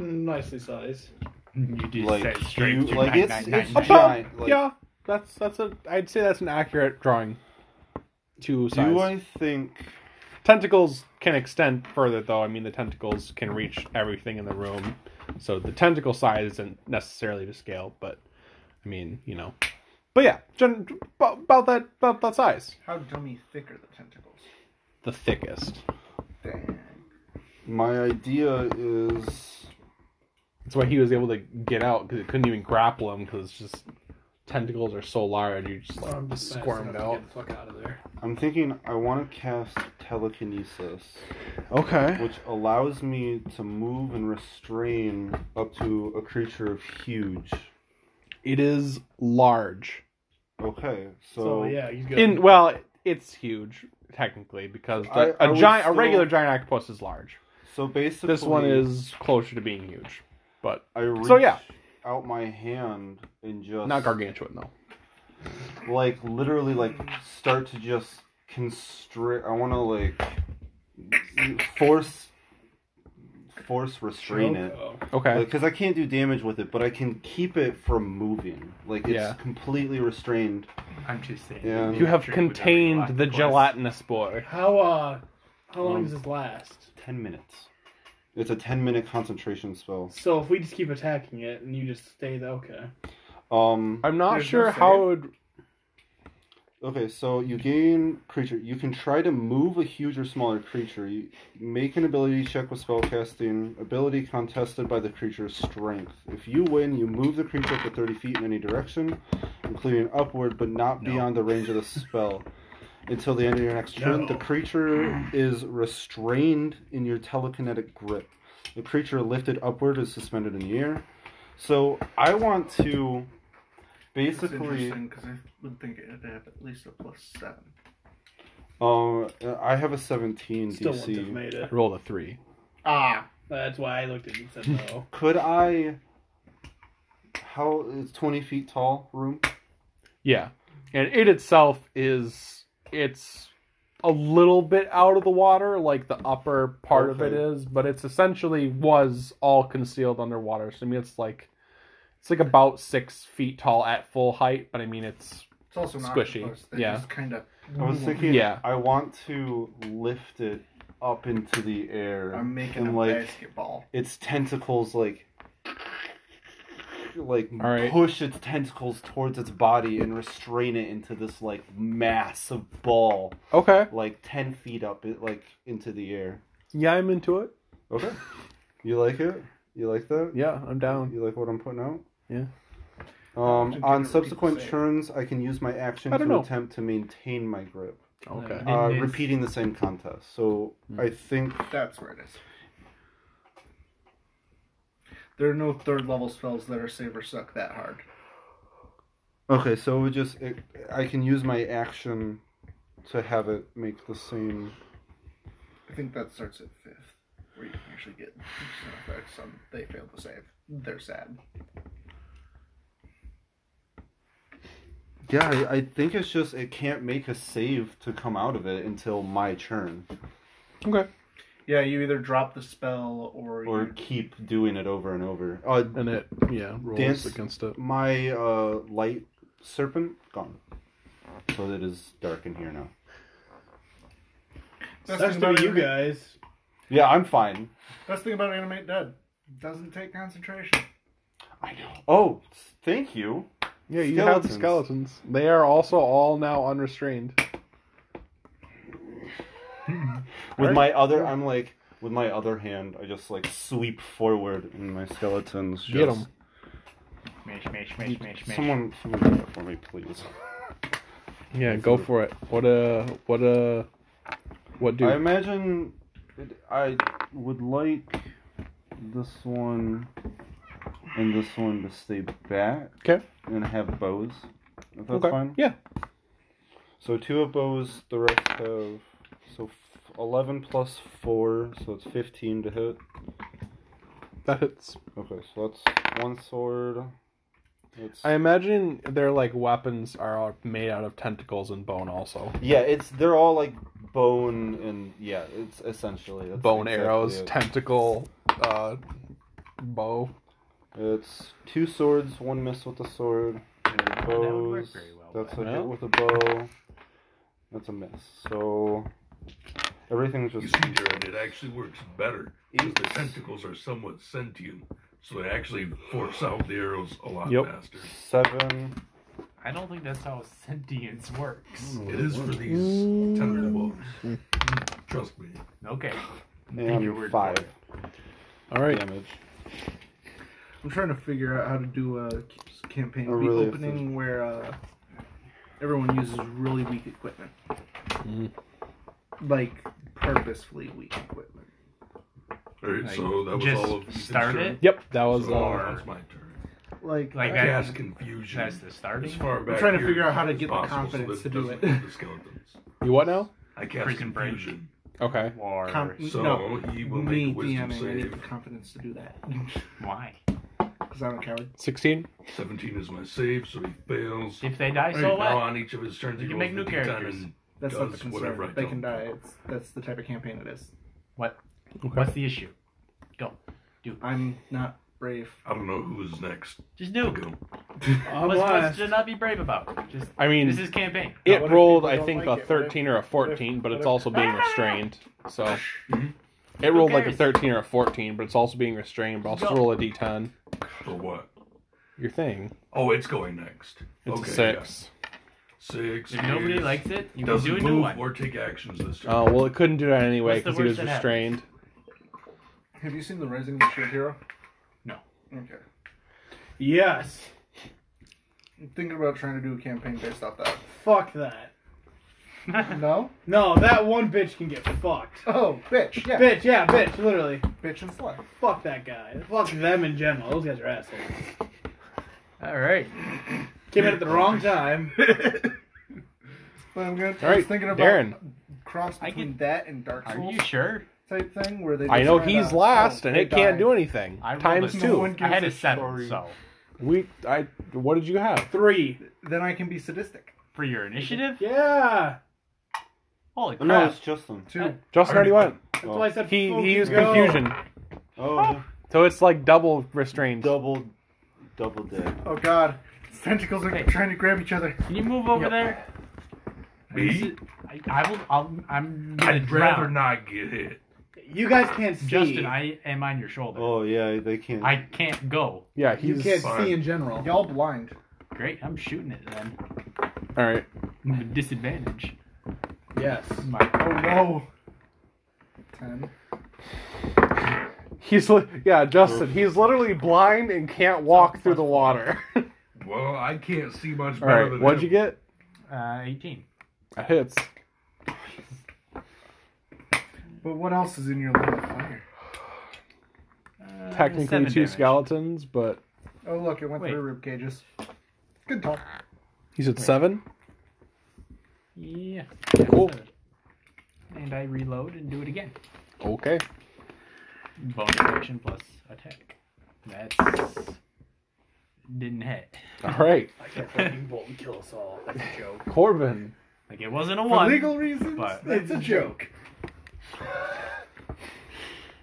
Speaker 3: Nicely sized.
Speaker 2: You just
Speaker 5: like,
Speaker 2: said straight
Speaker 5: huge-
Speaker 2: to
Speaker 5: like
Speaker 2: nine,
Speaker 5: it's,
Speaker 2: nine, nine,
Speaker 5: it's
Speaker 2: nine.
Speaker 5: giant. Like,
Speaker 1: yeah, that's that's a. I'd say that's an accurate drawing. To size.
Speaker 5: Do I think?
Speaker 1: Tentacles can extend further, though. I mean, the tentacles can reach everything in the room, so the tentacle size isn't necessarily to scale. But I mean, you know. But yeah, gen- about, about that about that size,
Speaker 7: How dummy thick are the tentacles?
Speaker 1: the thickest.
Speaker 7: Dang.
Speaker 5: My idea is
Speaker 1: That's why he was able to get out because it couldn't even grapple him because it's just tentacles are so large. You just like squirmed out.
Speaker 3: Get the fuck out of there.
Speaker 5: I'm thinking I want to cast telekinesis,
Speaker 1: Okay.
Speaker 5: which allows me to move and restrain up to a creature of huge.
Speaker 1: It is large.
Speaker 5: Okay, so,
Speaker 3: So yeah, you go.
Speaker 1: In well, it's huge technically because
Speaker 5: I-
Speaker 1: the,
Speaker 5: I
Speaker 1: a
Speaker 5: would
Speaker 1: giant, a
Speaker 5: still-
Speaker 1: regular giant octopus is large.
Speaker 5: so basically
Speaker 1: This one is closer to being huge, but
Speaker 5: I reach
Speaker 1: so, yeah.
Speaker 5: out my hand and just
Speaker 1: not gargantuan though.
Speaker 5: like literally like start to just constrict i want to like force force restrain it
Speaker 3: Oh.
Speaker 1: Okay.
Speaker 5: because i can't do damage with it but i can keep it from moving like it's
Speaker 1: Yeah.
Speaker 5: completely restrained
Speaker 2: I'm just saying.
Speaker 5: Yeah.
Speaker 1: you have
Speaker 2: Drink with every
Speaker 1: contained
Speaker 2: lot
Speaker 1: the
Speaker 2: of glass.
Speaker 1: gelatinous boy.
Speaker 3: How uh, how long
Speaker 5: Um,
Speaker 3: does this last?
Speaker 5: 10 minutes it's a 10 minute concentration spell
Speaker 3: So if we just keep attacking it and you just stay there, okay.
Speaker 5: um
Speaker 1: I'm not
Speaker 7: There's no
Speaker 1: sure how it would.
Speaker 5: okay so you gain creature you can try to move a huge or smaller creature you make an ability check with spellcasting ability contested by the creature's strength if you win you move the creature up to 30 feet in any direction including upward but not
Speaker 1: No.
Speaker 5: beyond the range of the spell until the end of your next turn the creature is restrained in your telekinetic grip the creature lifted upward is suspended in the air so i want to
Speaker 7: It's
Speaker 5: basically
Speaker 7: interesting because I would think it'd have at least a plus seven.
Speaker 5: Um, I have a 17
Speaker 3: Still wouldn't have
Speaker 5: DC.
Speaker 3: made it.
Speaker 1: Roll a three.
Speaker 3: Ah, that's why I looked at it and said no.
Speaker 5: Could I? How is 20 feet tall room?
Speaker 1: Yeah, and it itself is it's a little bit out of the water, like the upper part of it
Speaker 5: Okay.
Speaker 1: is, but it's essentially was all concealed underwater. So I mean, it's like it's like about six feet tall at full height, but I mean, it's
Speaker 7: It's also not
Speaker 1: Squishy, yeah.
Speaker 7: Just kind of.
Speaker 5: I was thinking.
Speaker 1: Yeah.
Speaker 5: I want to lift it up into the air.
Speaker 7: I'm making
Speaker 5: and
Speaker 7: a
Speaker 5: like
Speaker 7: basketball.
Speaker 5: its tentacles like. Like
Speaker 1: All right.
Speaker 5: push its tentacles towards its body and restrain it into this like massive ball,
Speaker 1: okay.
Speaker 5: like ten feet up, it like into the air.
Speaker 1: Yeah, I'm into it.
Speaker 5: Okay, you like it? You like that?
Speaker 1: Yeah, I'm down.
Speaker 5: You like what I'm putting out?
Speaker 1: Yeah.
Speaker 5: Um,
Speaker 7: Often
Speaker 5: on
Speaker 7: people
Speaker 5: subsequent
Speaker 7: say it.
Speaker 5: turns, I can use my action
Speaker 1: I
Speaker 5: to
Speaker 1: don't know.
Speaker 5: attempt to maintain my grip,
Speaker 1: Okay.
Speaker 2: And
Speaker 5: uh,
Speaker 2: it's-
Speaker 5: repeating the same contest. So
Speaker 1: Hmm.
Speaker 5: I think
Speaker 7: That's where it is. There are no third level spells that are save or suck that hard.
Speaker 5: Okay, so it would just it, I can use my action to have it make the same.
Speaker 7: I think that starts at fifth, where you can actually get some effects on they failed to save. They're sad.
Speaker 5: Yeah, I, I think it's just it can't make a save to come out of it until my turn,
Speaker 1: Okay.
Speaker 7: Yeah, you either drop the spell or,
Speaker 5: or
Speaker 7: you,
Speaker 5: keep doing it over and over. Uh,
Speaker 1: And it, yeah, rolls
Speaker 5: Dance-
Speaker 1: against it.
Speaker 5: my uh, light serpent gone, so it is dark in here now.
Speaker 3: That's
Speaker 7: best thing
Speaker 3: to
Speaker 7: about
Speaker 3: be you
Speaker 7: animate-
Speaker 3: guys.
Speaker 5: Yeah, I'm fine.
Speaker 7: Best thing about animate dead doesn't take concentration.
Speaker 5: I know. Oh, thank you.
Speaker 1: Yeah, you have the
Speaker 5: Skeletons.
Speaker 1: skeletons. They are also all now unrestrained.
Speaker 5: With
Speaker 1: Alright.
Speaker 5: my other, I'm like, with my other hand, I just like sweep forward, and my skeletons just.
Speaker 1: Get 'em.
Speaker 2: Smash, smash, smash, smash, smash.
Speaker 5: Someone, someone do that for me, please.
Speaker 1: Yeah, go for it. What a what a what
Speaker 5: I
Speaker 1: do?
Speaker 5: imagine it, I would like this one and this one to stay back.
Speaker 1: 'Kay.
Speaker 5: And have bows. If that's
Speaker 1: Okay.
Speaker 5: fine.
Speaker 1: Yeah.
Speaker 5: So two of bows, the rest have so f- eleven plus four, so it's fifteen to hit.
Speaker 1: That hits.
Speaker 5: Okay, so that's one sword. It's
Speaker 1: I imagine their like weapons are all made out of tentacles and bone also.
Speaker 5: yeah, it's they're all like bone and yeah, it's essentially that's
Speaker 1: Bone
Speaker 5: exactly
Speaker 1: arrows,
Speaker 5: it.
Speaker 1: tentacle uh bow.
Speaker 5: It's two swords, one miss with the sword, and the
Speaker 2: Well, that would work
Speaker 5: bows.
Speaker 2: very well,
Speaker 5: That's a
Speaker 1: but-
Speaker 5: hit with a bow. That's a miss. So everything's
Speaker 4: You
Speaker 5: just
Speaker 4: see, Jared, it actually works better because the tentacles are somewhat sentient, so they actually force out the arrows a lot
Speaker 1: Yep.
Speaker 4: faster.
Speaker 5: seven.
Speaker 2: I don't think that's how sentience works.
Speaker 4: It is for these tentacles. Trust me.
Speaker 6: Hmm.
Speaker 2: Okay. Take your
Speaker 5: And
Speaker 2: word
Speaker 5: five
Speaker 2: for it.
Speaker 1: All right.
Speaker 5: damage.
Speaker 7: I'm trying to figure out how to do a c- campaign
Speaker 5: Oh, really?
Speaker 7: the opening where uh, everyone uses really weak equipment,
Speaker 1: Mm.
Speaker 7: like purposefully weak equipment.
Speaker 4: All right,
Speaker 2: Like,
Speaker 4: so that was
Speaker 2: just
Speaker 4: all of Ethan's
Speaker 2: start
Speaker 4: turn.
Speaker 2: it?
Speaker 1: Yep, that was
Speaker 4: so
Speaker 1: uh,
Speaker 4: now it's my turn.
Speaker 7: Like,
Speaker 2: Like uh,
Speaker 7: I-
Speaker 4: Gas confusion.
Speaker 2: That's the starting.
Speaker 4: As far back
Speaker 7: trying to
Speaker 4: here
Speaker 7: figure out how to
Speaker 4: as
Speaker 7: get the
Speaker 4: possible so that
Speaker 7: confidence to do
Speaker 4: doesn't
Speaker 7: it.
Speaker 4: hurt The skeletons.
Speaker 1: you what now?
Speaker 4: I cast
Speaker 2: Freaking brain.
Speaker 4: confusion.
Speaker 1: Okay.
Speaker 2: Or
Speaker 7: Com-
Speaker 4: So
Speaker 7: No,
Speaker 4: he will
Speaker 7: me
Speaker 4: make a wisdom
Speaker 7: DMing, I need the
Speaker 4: save.
Speaker 7: confidence to do that
Speaker 2: why?
Speaker 7: because I'm a coward.
Speaker 1: 16.
Speaker 4: 17 is my save, so he fails.
Speaker 2: If they die,
Speaker 4: All right,
Speaker 2: so
Speaker 4: now
Speaker 2: what?
Speaker 4: on each of his turns,
Speaker 2: You
Speaker 4: he
Speaker 2: can
Speaker 4: rolls
Speaker 2: make new
Speaker 4: the D10
Speaker 2: characters.
Speaker 4: and
Speaker 7: That's not the
Speaker 4: Does whatever I
Speaker 7: concern. They
Speaker 4: tell
Speaker 7: can
Speaker 4: them.
Speaker 7: die. It's that's the type of campaign it is.
Speaker 2: What's the issue?
Speaker 7: I'm not brave.
Speaker 4: I don't know who's next.
Speaker 2: Just do.
Speaker 4: Go.
Speaker 3: I'm
Speaker 2: What's, what's
Speaker 3: last.
Speaker 2: to not be brave about? Just
Speaker 1: I mean,
Speaker 2: this is campaign.
Speaker 1: it
Speaker 3: what if
Speaker 1: rolled,
Speaker 3: people
Speaker 1: I
Speaker 3: don't
Speaker 1: think,
Speaker 3: like
Speaker 1: a
Speaker 3: it? What if-
Speaker 1: 13 or a 14, but it's
Speaker 3: if-
Speaker 1: also being restrained. So it rolled like a
Speaker 2: cares?
Speaker 1: 13 or a 14, but it's also being restrained, but I'll still
Speaker 2: Go.
Speaker 1: roll a d10.
Speaker 4: For what?
Speaker 1: Your thing.
Speaker 4: Oh, it's going next.
Speaker 1: It's
Speaker 4: okay,
Speaker 1: a 6.
Speaker 4: yeah. Six.
Speaker 2: If nobody
Speaker 4: is-
Speaker 2: likes it, you can
Speaker 4: doesn't
Speaker 2: do a
Speaker 4: move
Speaker 2: new one.
Speaker 4: or take actions this
Speaker 1: Oh,
Speaker 4: turn.
Speaker 1: well, it couldn't do that anyway
Speaker 2: What's the
Speaker 1: because he
Speaker 2: worst
Speaker 1: was
Speaker 2: that
Speaker 1: restrained.
Speaker 7: Have you seen the Rising of the Shield Hero?
Speaker 2: No.
Speaker 7: Okay.
Speaker 3: Yes.
Speaker 7: I'm thinking about trying to do a campaign based off that.
Speaker 3: Fuck that.
Speaker 7: No?
Speaker 3: No, that one bitch can get fucked.
Speaker 7: Oh, bitch. Yeah.
Speaker 3: Bitch, yeah, bitch, literally.
Speaker 7: Bitch and slut.
Speaker 3: Fuck that guy. Fuck them in general. Those guys are assholes.
Speaker 2: All right.
Speaker 3: Came in at the wrong time.
Speaker 7: But I'm gonna.
Speaker 1: All
Speaker 7: I
Speaker 1: right,
Speaker 7: was thinking about
Speaker 1: Darren.
Speaker 7: cross
Speaker 2: I
Speaker 7: between that and Dark
Speaker 2: Are
Speaker 7: Souls
Speaker 2: you sure?
Speaker 7: type thing where they.
Speaker 1: I know
Speaker 7: just
Speaker 1: he's
Speaker 7: kinda-
Speaker 1: last
Speaker 7: oh,
Speaker 1: and
Speaker 7: they
Speaker 1: it can't
Speaker 7: die.
Speaker 1: do anything.
Speaker 2: I rolled
Speaker 1: Times
Speaker 2: a-
Speaker 1: two.
Speaker 7: one
Speaker 2: I had a
Speaker 7: gives a
Speaker 2: seven,
Speaker 7: story.
Speaker 2: so
Speaker 1: We, I, what did you have?
Speaker 3: Three.
Speaker 7: Then I can be sadistic.
Speaker 2: for your initiative,
Speaker 3: Yeah.
Speaker 2: holy crap!
Speaker 5: Oh, No, it's just them.
Speaker 7: Two.
Speaker 1: Justin already went.
Speaker 3: That's why I said
Speaker 1: He,
Speaker 3: fucking
Speaker 1: he used
Speaker 3: go.
Speaker 1: confusion.
Speaker 5: Oh, yeah.
Speaker 1: So it's like double restrained.
Speaker 5: double, double dead.
Speaker 7: Oh God. Tentacles are
Speaker 2: Hey.
Speaker 7: trying to grab each other.
Speaker 2: Can you move over
Speaker 1: Yep.
Speaker 2: there?
Speaker 4: Me?
Speaker 2: I, I will. I'll, I'm gonna
Speaker 4: I'd
Speaker 2: drown.
Speaker 4: rather not get hit.
Speaker 3: You guys can't see.
Speaker 2: Justin, I am on your shoulder.
Speaker 5: Oh yeah, they can't.
Speaker 2: I can't go.
Speaker 1: Yeah,
Speaker 3: You
Speaker 1: he's.
Speaker 3: can't
Speaker 4: fine.
Speaker 3: see in general.
Speaker 7: Y'all blind.
Speaker 2: Great, I'm shooting it then.
Speaker 1: All right.
Speaker 2: I'm at disadvantage.
Speaker 3: Yes.
Speaker 2: My,
Speaker 7: Oh no. Ten.
Speaker 1: He's li- yeah, Justin. He's literally blind and can't walk through the water. All
Speaker 4: Well, I can't see much better
Speaker 1: right,
Speaker 4: than
Speaker 1: what'd
Speaker 4: him.
Speaker 1: you get?
Speaker 2: uh, 18.
Speaker 1: That hits.
Speaker 7: But what else is in your little fire?
Speaker 2: Uh,
Speaker 1: Technically
Speaker 2: seven
Speaker 1: two
Speaker 2: damage.
Speaker 1: skeletons, but
Speaker 7: Oh look, it went
Speaker 2: Wait.
Speaker 7: through rib cages. Good talk.
Speaker 1: You said seven?
Speaker 2: Yeah.
Speaker 1: Cool.
Speaker 2: And I reload and do it again.
Speaker 1: Okay.
Speaker 2: Bonus action plus attack. That's didn't hit.
Speaker 1: All right.
Speaker 3: I can fucking bolt and kill us all. That's a joke.
Speaker 1: Corbin.
Speaker 2: Like it wasn't a one.
Speaker 3: For legal reasons,
Speaker 2: but-
Speaker 3: it's a joke.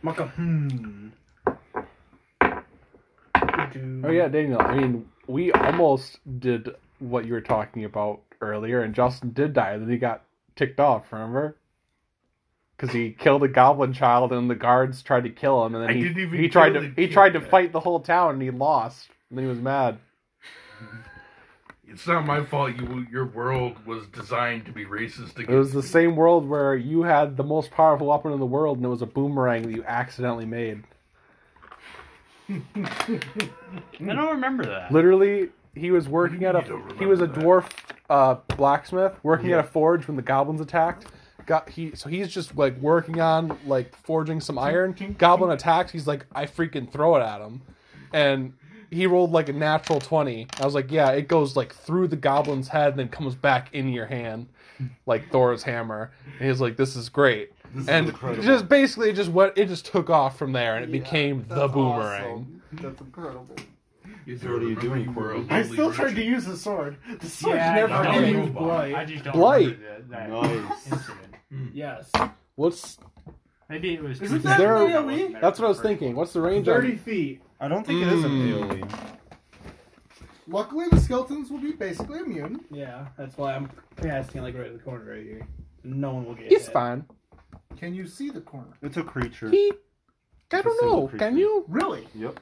Speaker 3: Maka, hmm.
Speaker 1: Oh yeah, Daniel. I mean, we almost did what you were talking about earlier, and Justin did die. Then he got ticked off. Remember? Because he killed a goblin child, and the guards tried to kill him, and then
Speaker 4: I
Speaker 1: he
Speaker 4: didn't even
Speaker 1: he tried
Speaker 4: kill
Speaker 1: to
Speaker 4: the
Speaker 1: he tried to
Speaker 4: kid.
Speaker 1: fight the whole town, and he lost. And then he was mad.
Speaker 4: It's not my fault. You, your world was designed to be racist.
Speaker 1: It was the same world where you had the most powerful weapon in the world, and it was a boomerang that you accidentally made.
Speaker 2: I don't remember that.
Speaker 1: Literally, he was working at a
Speaker 4: You don't
Speaker 1: he was a
Speaker 4: remember that.
Speaker 1: dwarf uh, blacksmith working at a forge when the goblins attacked. Got he so he's just like working on like forging some iron. Goblin attacks. He's like, I freaking throw it at him, and he rolled like a natural twenty. I was like, yeah, it goes like through the goblin's head and then comes back in your hand, like Thor's hammer. And he's like, this is great.
Speaker 5: This is
Speaker 1: and
Speaker 5: incredible.
Speaker 1: just basically it just went it just took off from there and it became the boomerang.
Speaker 7: That's incredible.
Speaker 4: You
Speaker 5: What are you doing,
Speaker 4: remember
Speaker 5: Corbin?
Speaker 4: were
Speaker 7: I still
Speaker 4: overly
Speaker 7: tried to
Speaker 4: rich.
Speaker 7: use the sword. The sword
Speaker 2: Yeah, I
Speaker 7: never
Speaker 2: know.
Speaker 7: ended
Speaker 4: Robot.
Speaker 7: with blood.
Speaker 2: I just don't
Speaker 1: Blight.
Speaker 2: remember the, that
Speaker 5: Nice.
Speaker 2: incident.
Speaker 3: Yes.
Speaker 1: What's
Speaker 2: Maybe it was.
Speaker 7: Isn't
Speaker 2: twisted
Speaker 1: that
Speaker 2: metal.
Speaker 1: an
Speaker 7: AoE?
Speaker 2: Wasn't
Speaker 1: that's what I was
Speaker 2: first.
Speaker 1: thinking. What's the range? on-
Speaker 3: 30 feet.
Speaker 8: I don't think it is an
Speaker 1: Mm.
Speaker 8: AoE.
Speaker 7: Luckily, the skeletons will be basically immune.
Speaker 3: Yeah, that's why I'm casting like right in the corner right here. No one will get
Speaker 1: He's
Speaker 3: hit.
Speaker 1: fine.
Speaker 7: Can you see the corner?
Speaker 5: It's a creature.
Speaker 1: He. I
Speaker 5: It's a
Speaker 1: don't
Speaker 5: single
Speaker 1: know. Can
Speaker 5: creature.
Speaker 1: you?
Speaker 7: Really?
Speaker 5: Yep.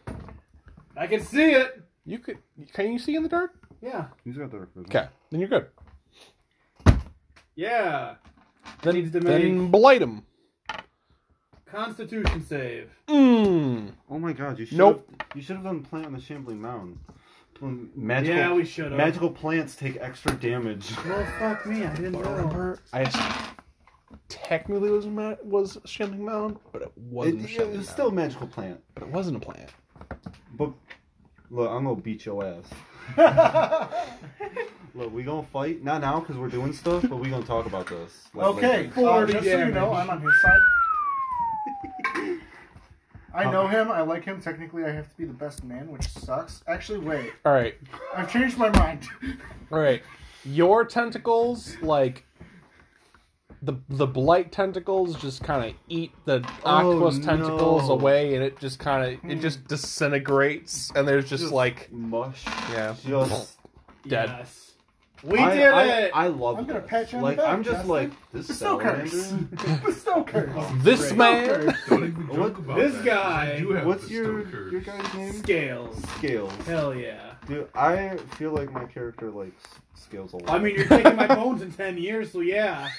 Speaker 3: I can see it.
Speaker 1: You could. Can you see in the dark?
Speaker 3: Yeah.
Speaker 5: He's got dark vision.
Speaker 1: Okay, then you're good.
Speaker 3: Yeah.
Speaker 1: Then,
Speaker 3: Needs to
Speaker 1: then blight him.
Speaker 3: Constitution save.
Speaker 1: Mmm.
Speaker 5: Oh my god, you should
Speaker 1: Nope.
Speaker 5: have, you should have done plant on the shambling mound. Mm, Magical
Speaker 3: Yeah, we should have.
Speaker 5: magical plants take extra damage.
Speaker 3: Well, fuck me. I didn't know.
Speaker 1: Remember, I s- technically was ma- was Shambling Mound, but it
Speaker 5: It,
Speaker 1: wasn't.
Speaker 5: it,
Speaker 1: Shambling
Speaker 5: was
Speaker 1: Mound.
Speaker 5: still a magical plant.
Speaker 1: but it wasn't a plant.
Speaker 5: But look, I'm gonna beat your ass. look, we gonna fight not now because we're doing stuff, but we gonna talk about this. like,
Speaker 7: Okay.
Speaker 5: later.
Speaker 7: Uh,
Speaker 3: 40
Speaker 7: just so you
Speaker 3: damage.
Speaker 7: know, I'm on his side. I know him. I like him. Technically, I have to be the best man, which sucks. Actually, wait.
Speaker 1: All right,
Speaker 7: I've changed my mind.
Speaker 1: all right. Your tentacles, like the the blight tentacles, just kind of eat the
Speaker 5: Oh,
Speaker 1: Aqua's tentacles
Speaker 5: no.
Speaker 1: away, and it just kind of it just disintegrates, and there's Hmm. just like
Speaker 5: mush.
Speaker 1: yeah.
Speaker 5: Just
Speaker 1: Dead.
Speaker 3: Yes. We
Speaker 5: I,
Speaker 3: did
Speaker 5: I,
Speaker 3: it.
Speaker 5: I love.
Speaker 7: I'm gonna
Speaker 5: this.
Speaker 7: pat you on the
Speaker 5: like,
Speaker 7: back,
Speaker 5: I'm just
Speaker 7: Justin.
Speaker 5: like this
Speaker 7: The snow curse.
Speaker 5: salamander.
Speaker 7: the snow curse.
Speaker 1: This
Speaker 3: Great.
Speaker 1: man.
Speaker 4: Don't even joke
Speaker 5: What-
Speaker 4: about
Speaker 3: this
Speaker 4: that, 'cause
Speaker 3: guy-
Speaker 4: I do have
Speaker 5: What's
Speaker 4: the
Speaker 5: your
Speaker 4: Stoker.
Speaker 5: your guy's name?
Speaker 3: Scales.
Speaker 5: Scales.
Speaker 3: Hell yeah.
Speaker 5: Dude, I feel like my character likes scales a lot.
Speaker 3: I mean, you're taking my bones in 10 years, so yeah.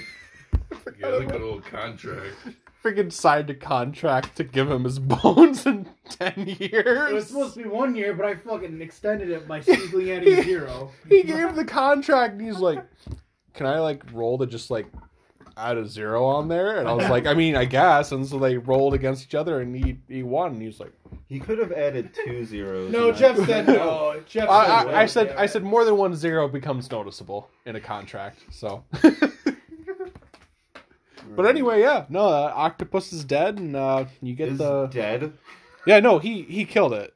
Speaker 4: Yeah, look at old contract.
Speaker 1: Freaking signed a contract to give him his bones in 10
Speaker 3: It was
Speaker 1: years.
Speaker 3: supposed to be one year, but I fucking extended it by sneakily adding zero.
Speaker 1: He gave the contract and he's like, Can I like roll to just like add a zero on there? And I was like, I mean, I guess. And so they rolled against each other and he, he won. And he was like,
Speaker 5: he could have added two zeros.
Speaker 3: No,
Speaker 5: and I-
Speaker 3: Jeff said no. uh, Jeff
Speaker 1: I,
Speaker 3: said
Speaker 1: I, I
Speaker 3: no.
Speaker 1: said, I said more than one zero becomes noticeable in a contract. So. But anyway, yeah, no, uh, octopus is dead, and uh, you get
Speaker 5: is
Speaker 1: the
Speaker 5: dead.
Speaker 1: yeah, no, he he killed it.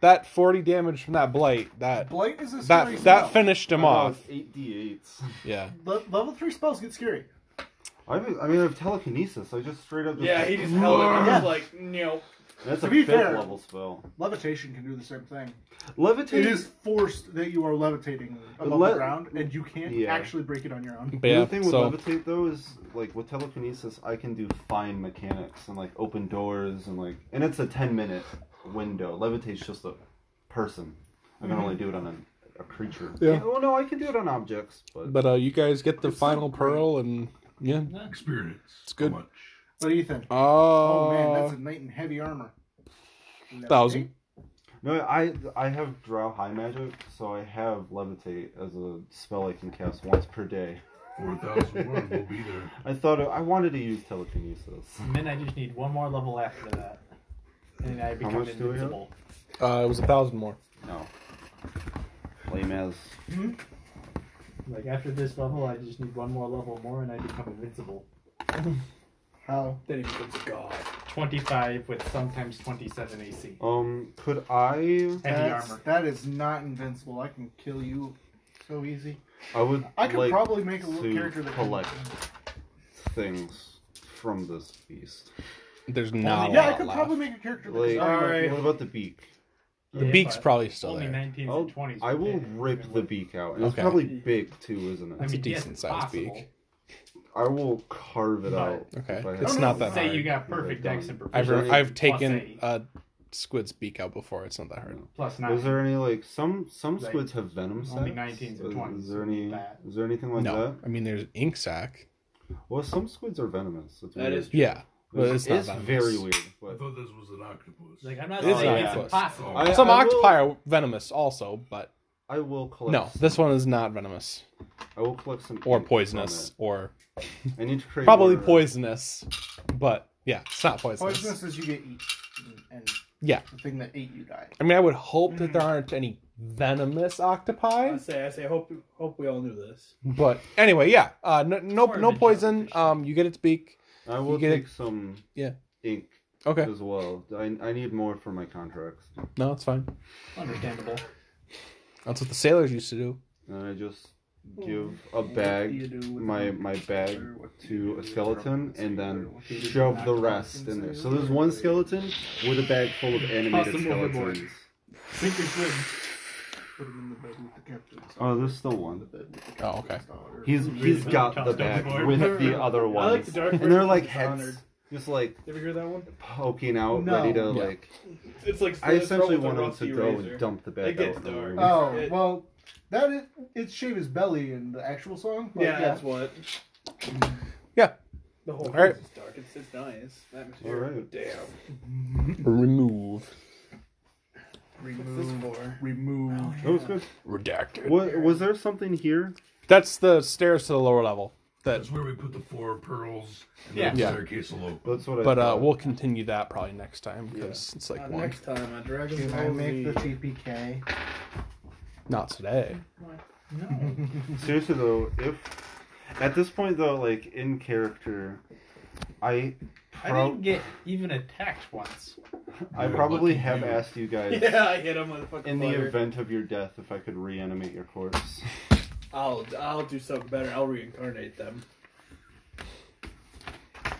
Speaker 1: That forty damage from that blight, that
Speaker 7: Blight is a
Speaker 1: that
Speaker 7: scary
Speaker 1: that
Speaker 7: spell.
Speaker 1: finished him off.
Speaker 5: Eight d eights.
Speaker 1: Yeah.
Speaker 7: Le- level three spells get scary.
Speaker 5: I mean, I mean, I have telekinesis. I just straight up. Just,
Speaker 3: Yeah, he just held it. I was like, no.
Speaker 5: That's
Speaker 7: To
Speaker 5: a
Speaker 7: be
Speaker 5: fifth
Speaker 7: fair-
Speaker 5: level spell.
Speaker 7: Levitation can do the same thing. It
Speaker 5: Levitate
Speaker 7: is forced that you are levitating above
Speaker 5: Le-
Speaker 7: the ground, and you can't
Speaker 5: Yeah.
Speaker 7: actually break it on your own.
Speaker 1: But yeah,
Speaker 5: the thing with
Speaker 1: so
Speaker 5: levitate though is like with telekinesis, I can do fine mechanics and like open doors and like, and it's a ten minute window. Levitate's just a person. I can only do it on a, a creature.
Speaker 1: Mm-hmm. Yeah.
Speaker 5: Well, no, I can do it on objects, but,
Speaker 1: but uh you guys get the final pearl and yeah.
Speaker 4: Experience. It's
Speaker 1: good.
Speaker 4: How much?
Speaker 7: But Ethan,
Speaker 1: Uh,
Speaker 7: oh man, that's a knight in heavy armor.
Speaker 1: thousand.
Speaker 5: no, I I have draw high magic, so I have levitate as a spell I can cast once per day.
Speaker 4: Four thousand one. We'll be there.
Speaker 5: I thought I wanted to use telekinesis.
Speaker 6: And then I just need one more level after that. And I become
Speaker 5: much do we have?
Speaker 6: invincible.
Speaker 1: Uh, it was a thousand more.
Speaker 5: No. Lame as.
Speaker 8: Like after this level, I just need one more level more, and I become invincible.
Speaker 7: How?
Speaker 3: Then he becomes God.
Speaker 2: 25 with sometimes 27 AC.
Speaker 5: Um, could I?
Speaker 2: Heavy
Speaker 7: That's-
Speaker 2: armor.
Speaker 7: That is not invincible. I can kill you so easy.
Speaker 5: I would.
Speaker 7: I could
Speaker 5: like
Speaker 7: probably make a little
Speaker 5: to
Speaker 7: character that can-
Speaker 5: collect things from this beast.
Speaker 1: There's not.
Speaker 7: Yeah, I
Speaker 1: a
Speaker 7: could
Speaker 1: lot
Speaker 7: probably
Speaker 1: left.
Speaker 7: make a character that
Speaker 5: Like,
Speaker 7: can-
Speaker 2: Alright.
Speaker 5: what about the beak?
Speaker 1: The beak's
Speaker 2: but
Speaker 1: probably still
Speaker 2: Only
Speaker 1: there.
Speaker 2: 19s
Speaker 5: I'll-
Speaker 2: and 20s.
Speaker 5: I will
Speaker 2: Yeah.
Speaker 5: rip the beak out. And It's
Speaker 1: Okay.
Speaker 5: probably big too, isn't it?
Speaker 2: I
Speaker 1: It's a
Speaker 2: mean, yes,
Speaker 1: decent
Speaker 2: it's
Speaker 1: sized
Speaker 2: possible.
Speaker 1: beak.
Speaker 5: I will carve it
Speaker 2: But-
Speaker 5: out.
Speaker 1: Okay,
Speaker 5: if I
Speaker 1: it's
Speaker 5: have
Speaker 1: not
Speaker 5: to.
Speaker 1: that
Speaker 2: Say
Speaker 1: hard.
Speaker 2: you got perfect dex and
Speaker 1: I've
Speaker 5: Is
Speaker 2: proficiency.
Speaker 5: there
Speaker 1: I've
Speaker 2: plus
Speaker 1: taken
Speaker 2: eight,
Speaker 1: a squid's beak out before. It's not that hard.
Speaker 2: plus 9.
Speaker 5: Is there any like some some
Speaker 2: Like,
Speaker 5: squids have venom sacs?
Speaker 2: only 19s or
Speaker 5: Is-
Speaker 2: 20s,
Speaker 5: Is there any?
Speaker 2: that.
Speaker 5: Is there anything like
Speaker 1: No,
Speaker 5: that?
Speaker 1: I mean there's ink sac.
Speaker 5: Well, some squids are venomous. That's
Speaker 8: That
Speaker 5: weird.
Speaker 8: is
Speaker 1: Yeah, but
Speaker 5: Which
Speaker 1: it's not
Speaker 5: is
Speaker 1: venomous.
Speaker 5: very weird.
Speaker 4: I
Speaker 5: But
Speaker 4: thought this was an octopus.
Speaker 2: Like, I'm not
Speaker 1: It's
Speaker 2: saying
Speaker 1: not
Speaker 2: it's
Speaker 1: close.
Speaker 2: impossible.
Speaker 5: I-
Speaker 1: Some
Speaker 5: I will-
Speaker 1: octopi are venomous also, but
Speaker 5: I will collect.
Speaker 1: no,
Speaker 5: some-
Speaker 1: this one is not venomous
Speaker 5: I will collect some.
Speaker 1: or
Speaker 5: ink from
Speaker 1: poisonous
Speaker 5: it.
Speaker 1: or
Speaker 5: I need to create
Speaker 1: probably
Speaker 5: more-
Speaker 1: poisonous, but yeah, it's not poisonous.
Speaker 7: Poisonous is you get eat, and
Speaker 1: Yeah,
Speaker 7: the thing that ate you died.
Speaker 1: I mean I would hope that there aren't any venomous
Speaker 8: I
Speaker 1: octopi,
Speaker 8: say, I say, hope, hope we all knew this.
Speaker 1: but anyway, yeah, uh, no no,
Speaker 2: Or
Speaker 1: no
Speaker 2: mid-job
Speaker 1: poison.
Speaker 2: condition.
Speaker 1: Um, you get its beak.
Speaker 5: I will
Speaker 1: get it-
Speaker 5: take some.
Speaker 1: Yeah.
Speaker 5: Ink
Speaker 1: Okay,
Speaker 5: as well. I I need more for my contracts.
Speaker 1: no, it's fine.
Speaker 2: Understandable.
Speaker 1: That's what the sailors used to do.
Speaker 5: And I just give a bag, my my bag to a skeleton, and then shove the rest in there. So there's one skeleton with a bag full of animated
Speaker 7: Toss them overboard.
Speaker 5: skeletons.
Speaker 7: Sink or swim. Put him in the bed with the captain's
Speaker 5: Oh, there's still one.
Speaker 7: bed with the
Speaker 1: Oh, okay.
Speaker 7: captain's daughter.
Speaker 5: He's he's got the bag with the other
Speaker 8: I like the
Speaker 5: ones,
Speaker 8: dark.
Speaker 5: and
Speaker 8: version
Speaker 5: they're
Speaker 8: of
Speaker 5: like
Speaker 8: Dishonored.
Speaker 5: heads, just like
Speaker 8: You ever hear that one?
Speaker 5: poking out,
Speaker 7: No.
Speaker 5: ready to
Speaker 1: Yeah.
Speaker 5: like.
Speaker 8: It's like
Speaker 5: I essentially want him
Speaker 8: wanted
Speaker 5: to go and dump the bag
Speaker 8: It gets
Speaker 5: out.
Speaker 8: dark.
Speaker 5: there.
Speaker 7: Oh
Speaker 8: It-
Speaker 7: well, that is it's shave his belly in the actual song. but
Speaker 8: Yeah, that's what.
Speaker 1: Yeah.
Speaker 8: The whole
Speaker 1: All right.
Speaker 8: house is dark. It's, it's nice.
Speaker 5: All
Speaker 8: Atmosphere.
Speaker 5: right.
Speaker 8: Damn.
Speaker 1: Remove.
Speaker 7: remove, remove.
Speaker 5: That was good.
Speaker 1: Redacted.
Speaker 5: What, was there something here?
Speaker 1: That's the stairs to the lower level. That,
Speaker 4: That's where we put the four pearls and
Speaker 2: Yeah.
Speaker 4: the
Speaker 1: Yeah.
Speaker 4: staircase alone.
Speaker 5: That's what I.
Speaker 1: but uh,
Speaker 5: thought.
Speaker 1: we'll continue that probably next time because it's like
Speaker 8: Uh,
Speaker 1: one.
Speaker 8: next time on Dragon's
Speaker 7: Can I
Speaker 8: Ball
Speaker 7: make the
Speaker 8: Z.
Speaker 7: TPK?
Speaker 1: Not today.
Speaker 5: Seriously though, if at this point though, like in character, I
Speaker 2: I
Speaker 5: prob- I,
Speaker 2: didn't get even attacked once.
Speaker 5: probably
Speaker 4: Lucky
Speaker 5: have
Speaker 4: you.
Speaker 5: asked you guys
Speaker 8: Yeah, I hit him with a fucking
Speaker 5: in the
Speaker 8: butter.
Speaker 5: event of your death if I could reanimate your corpse.
Speaker 8: I'll I'll do something better. I'll reincarnate them.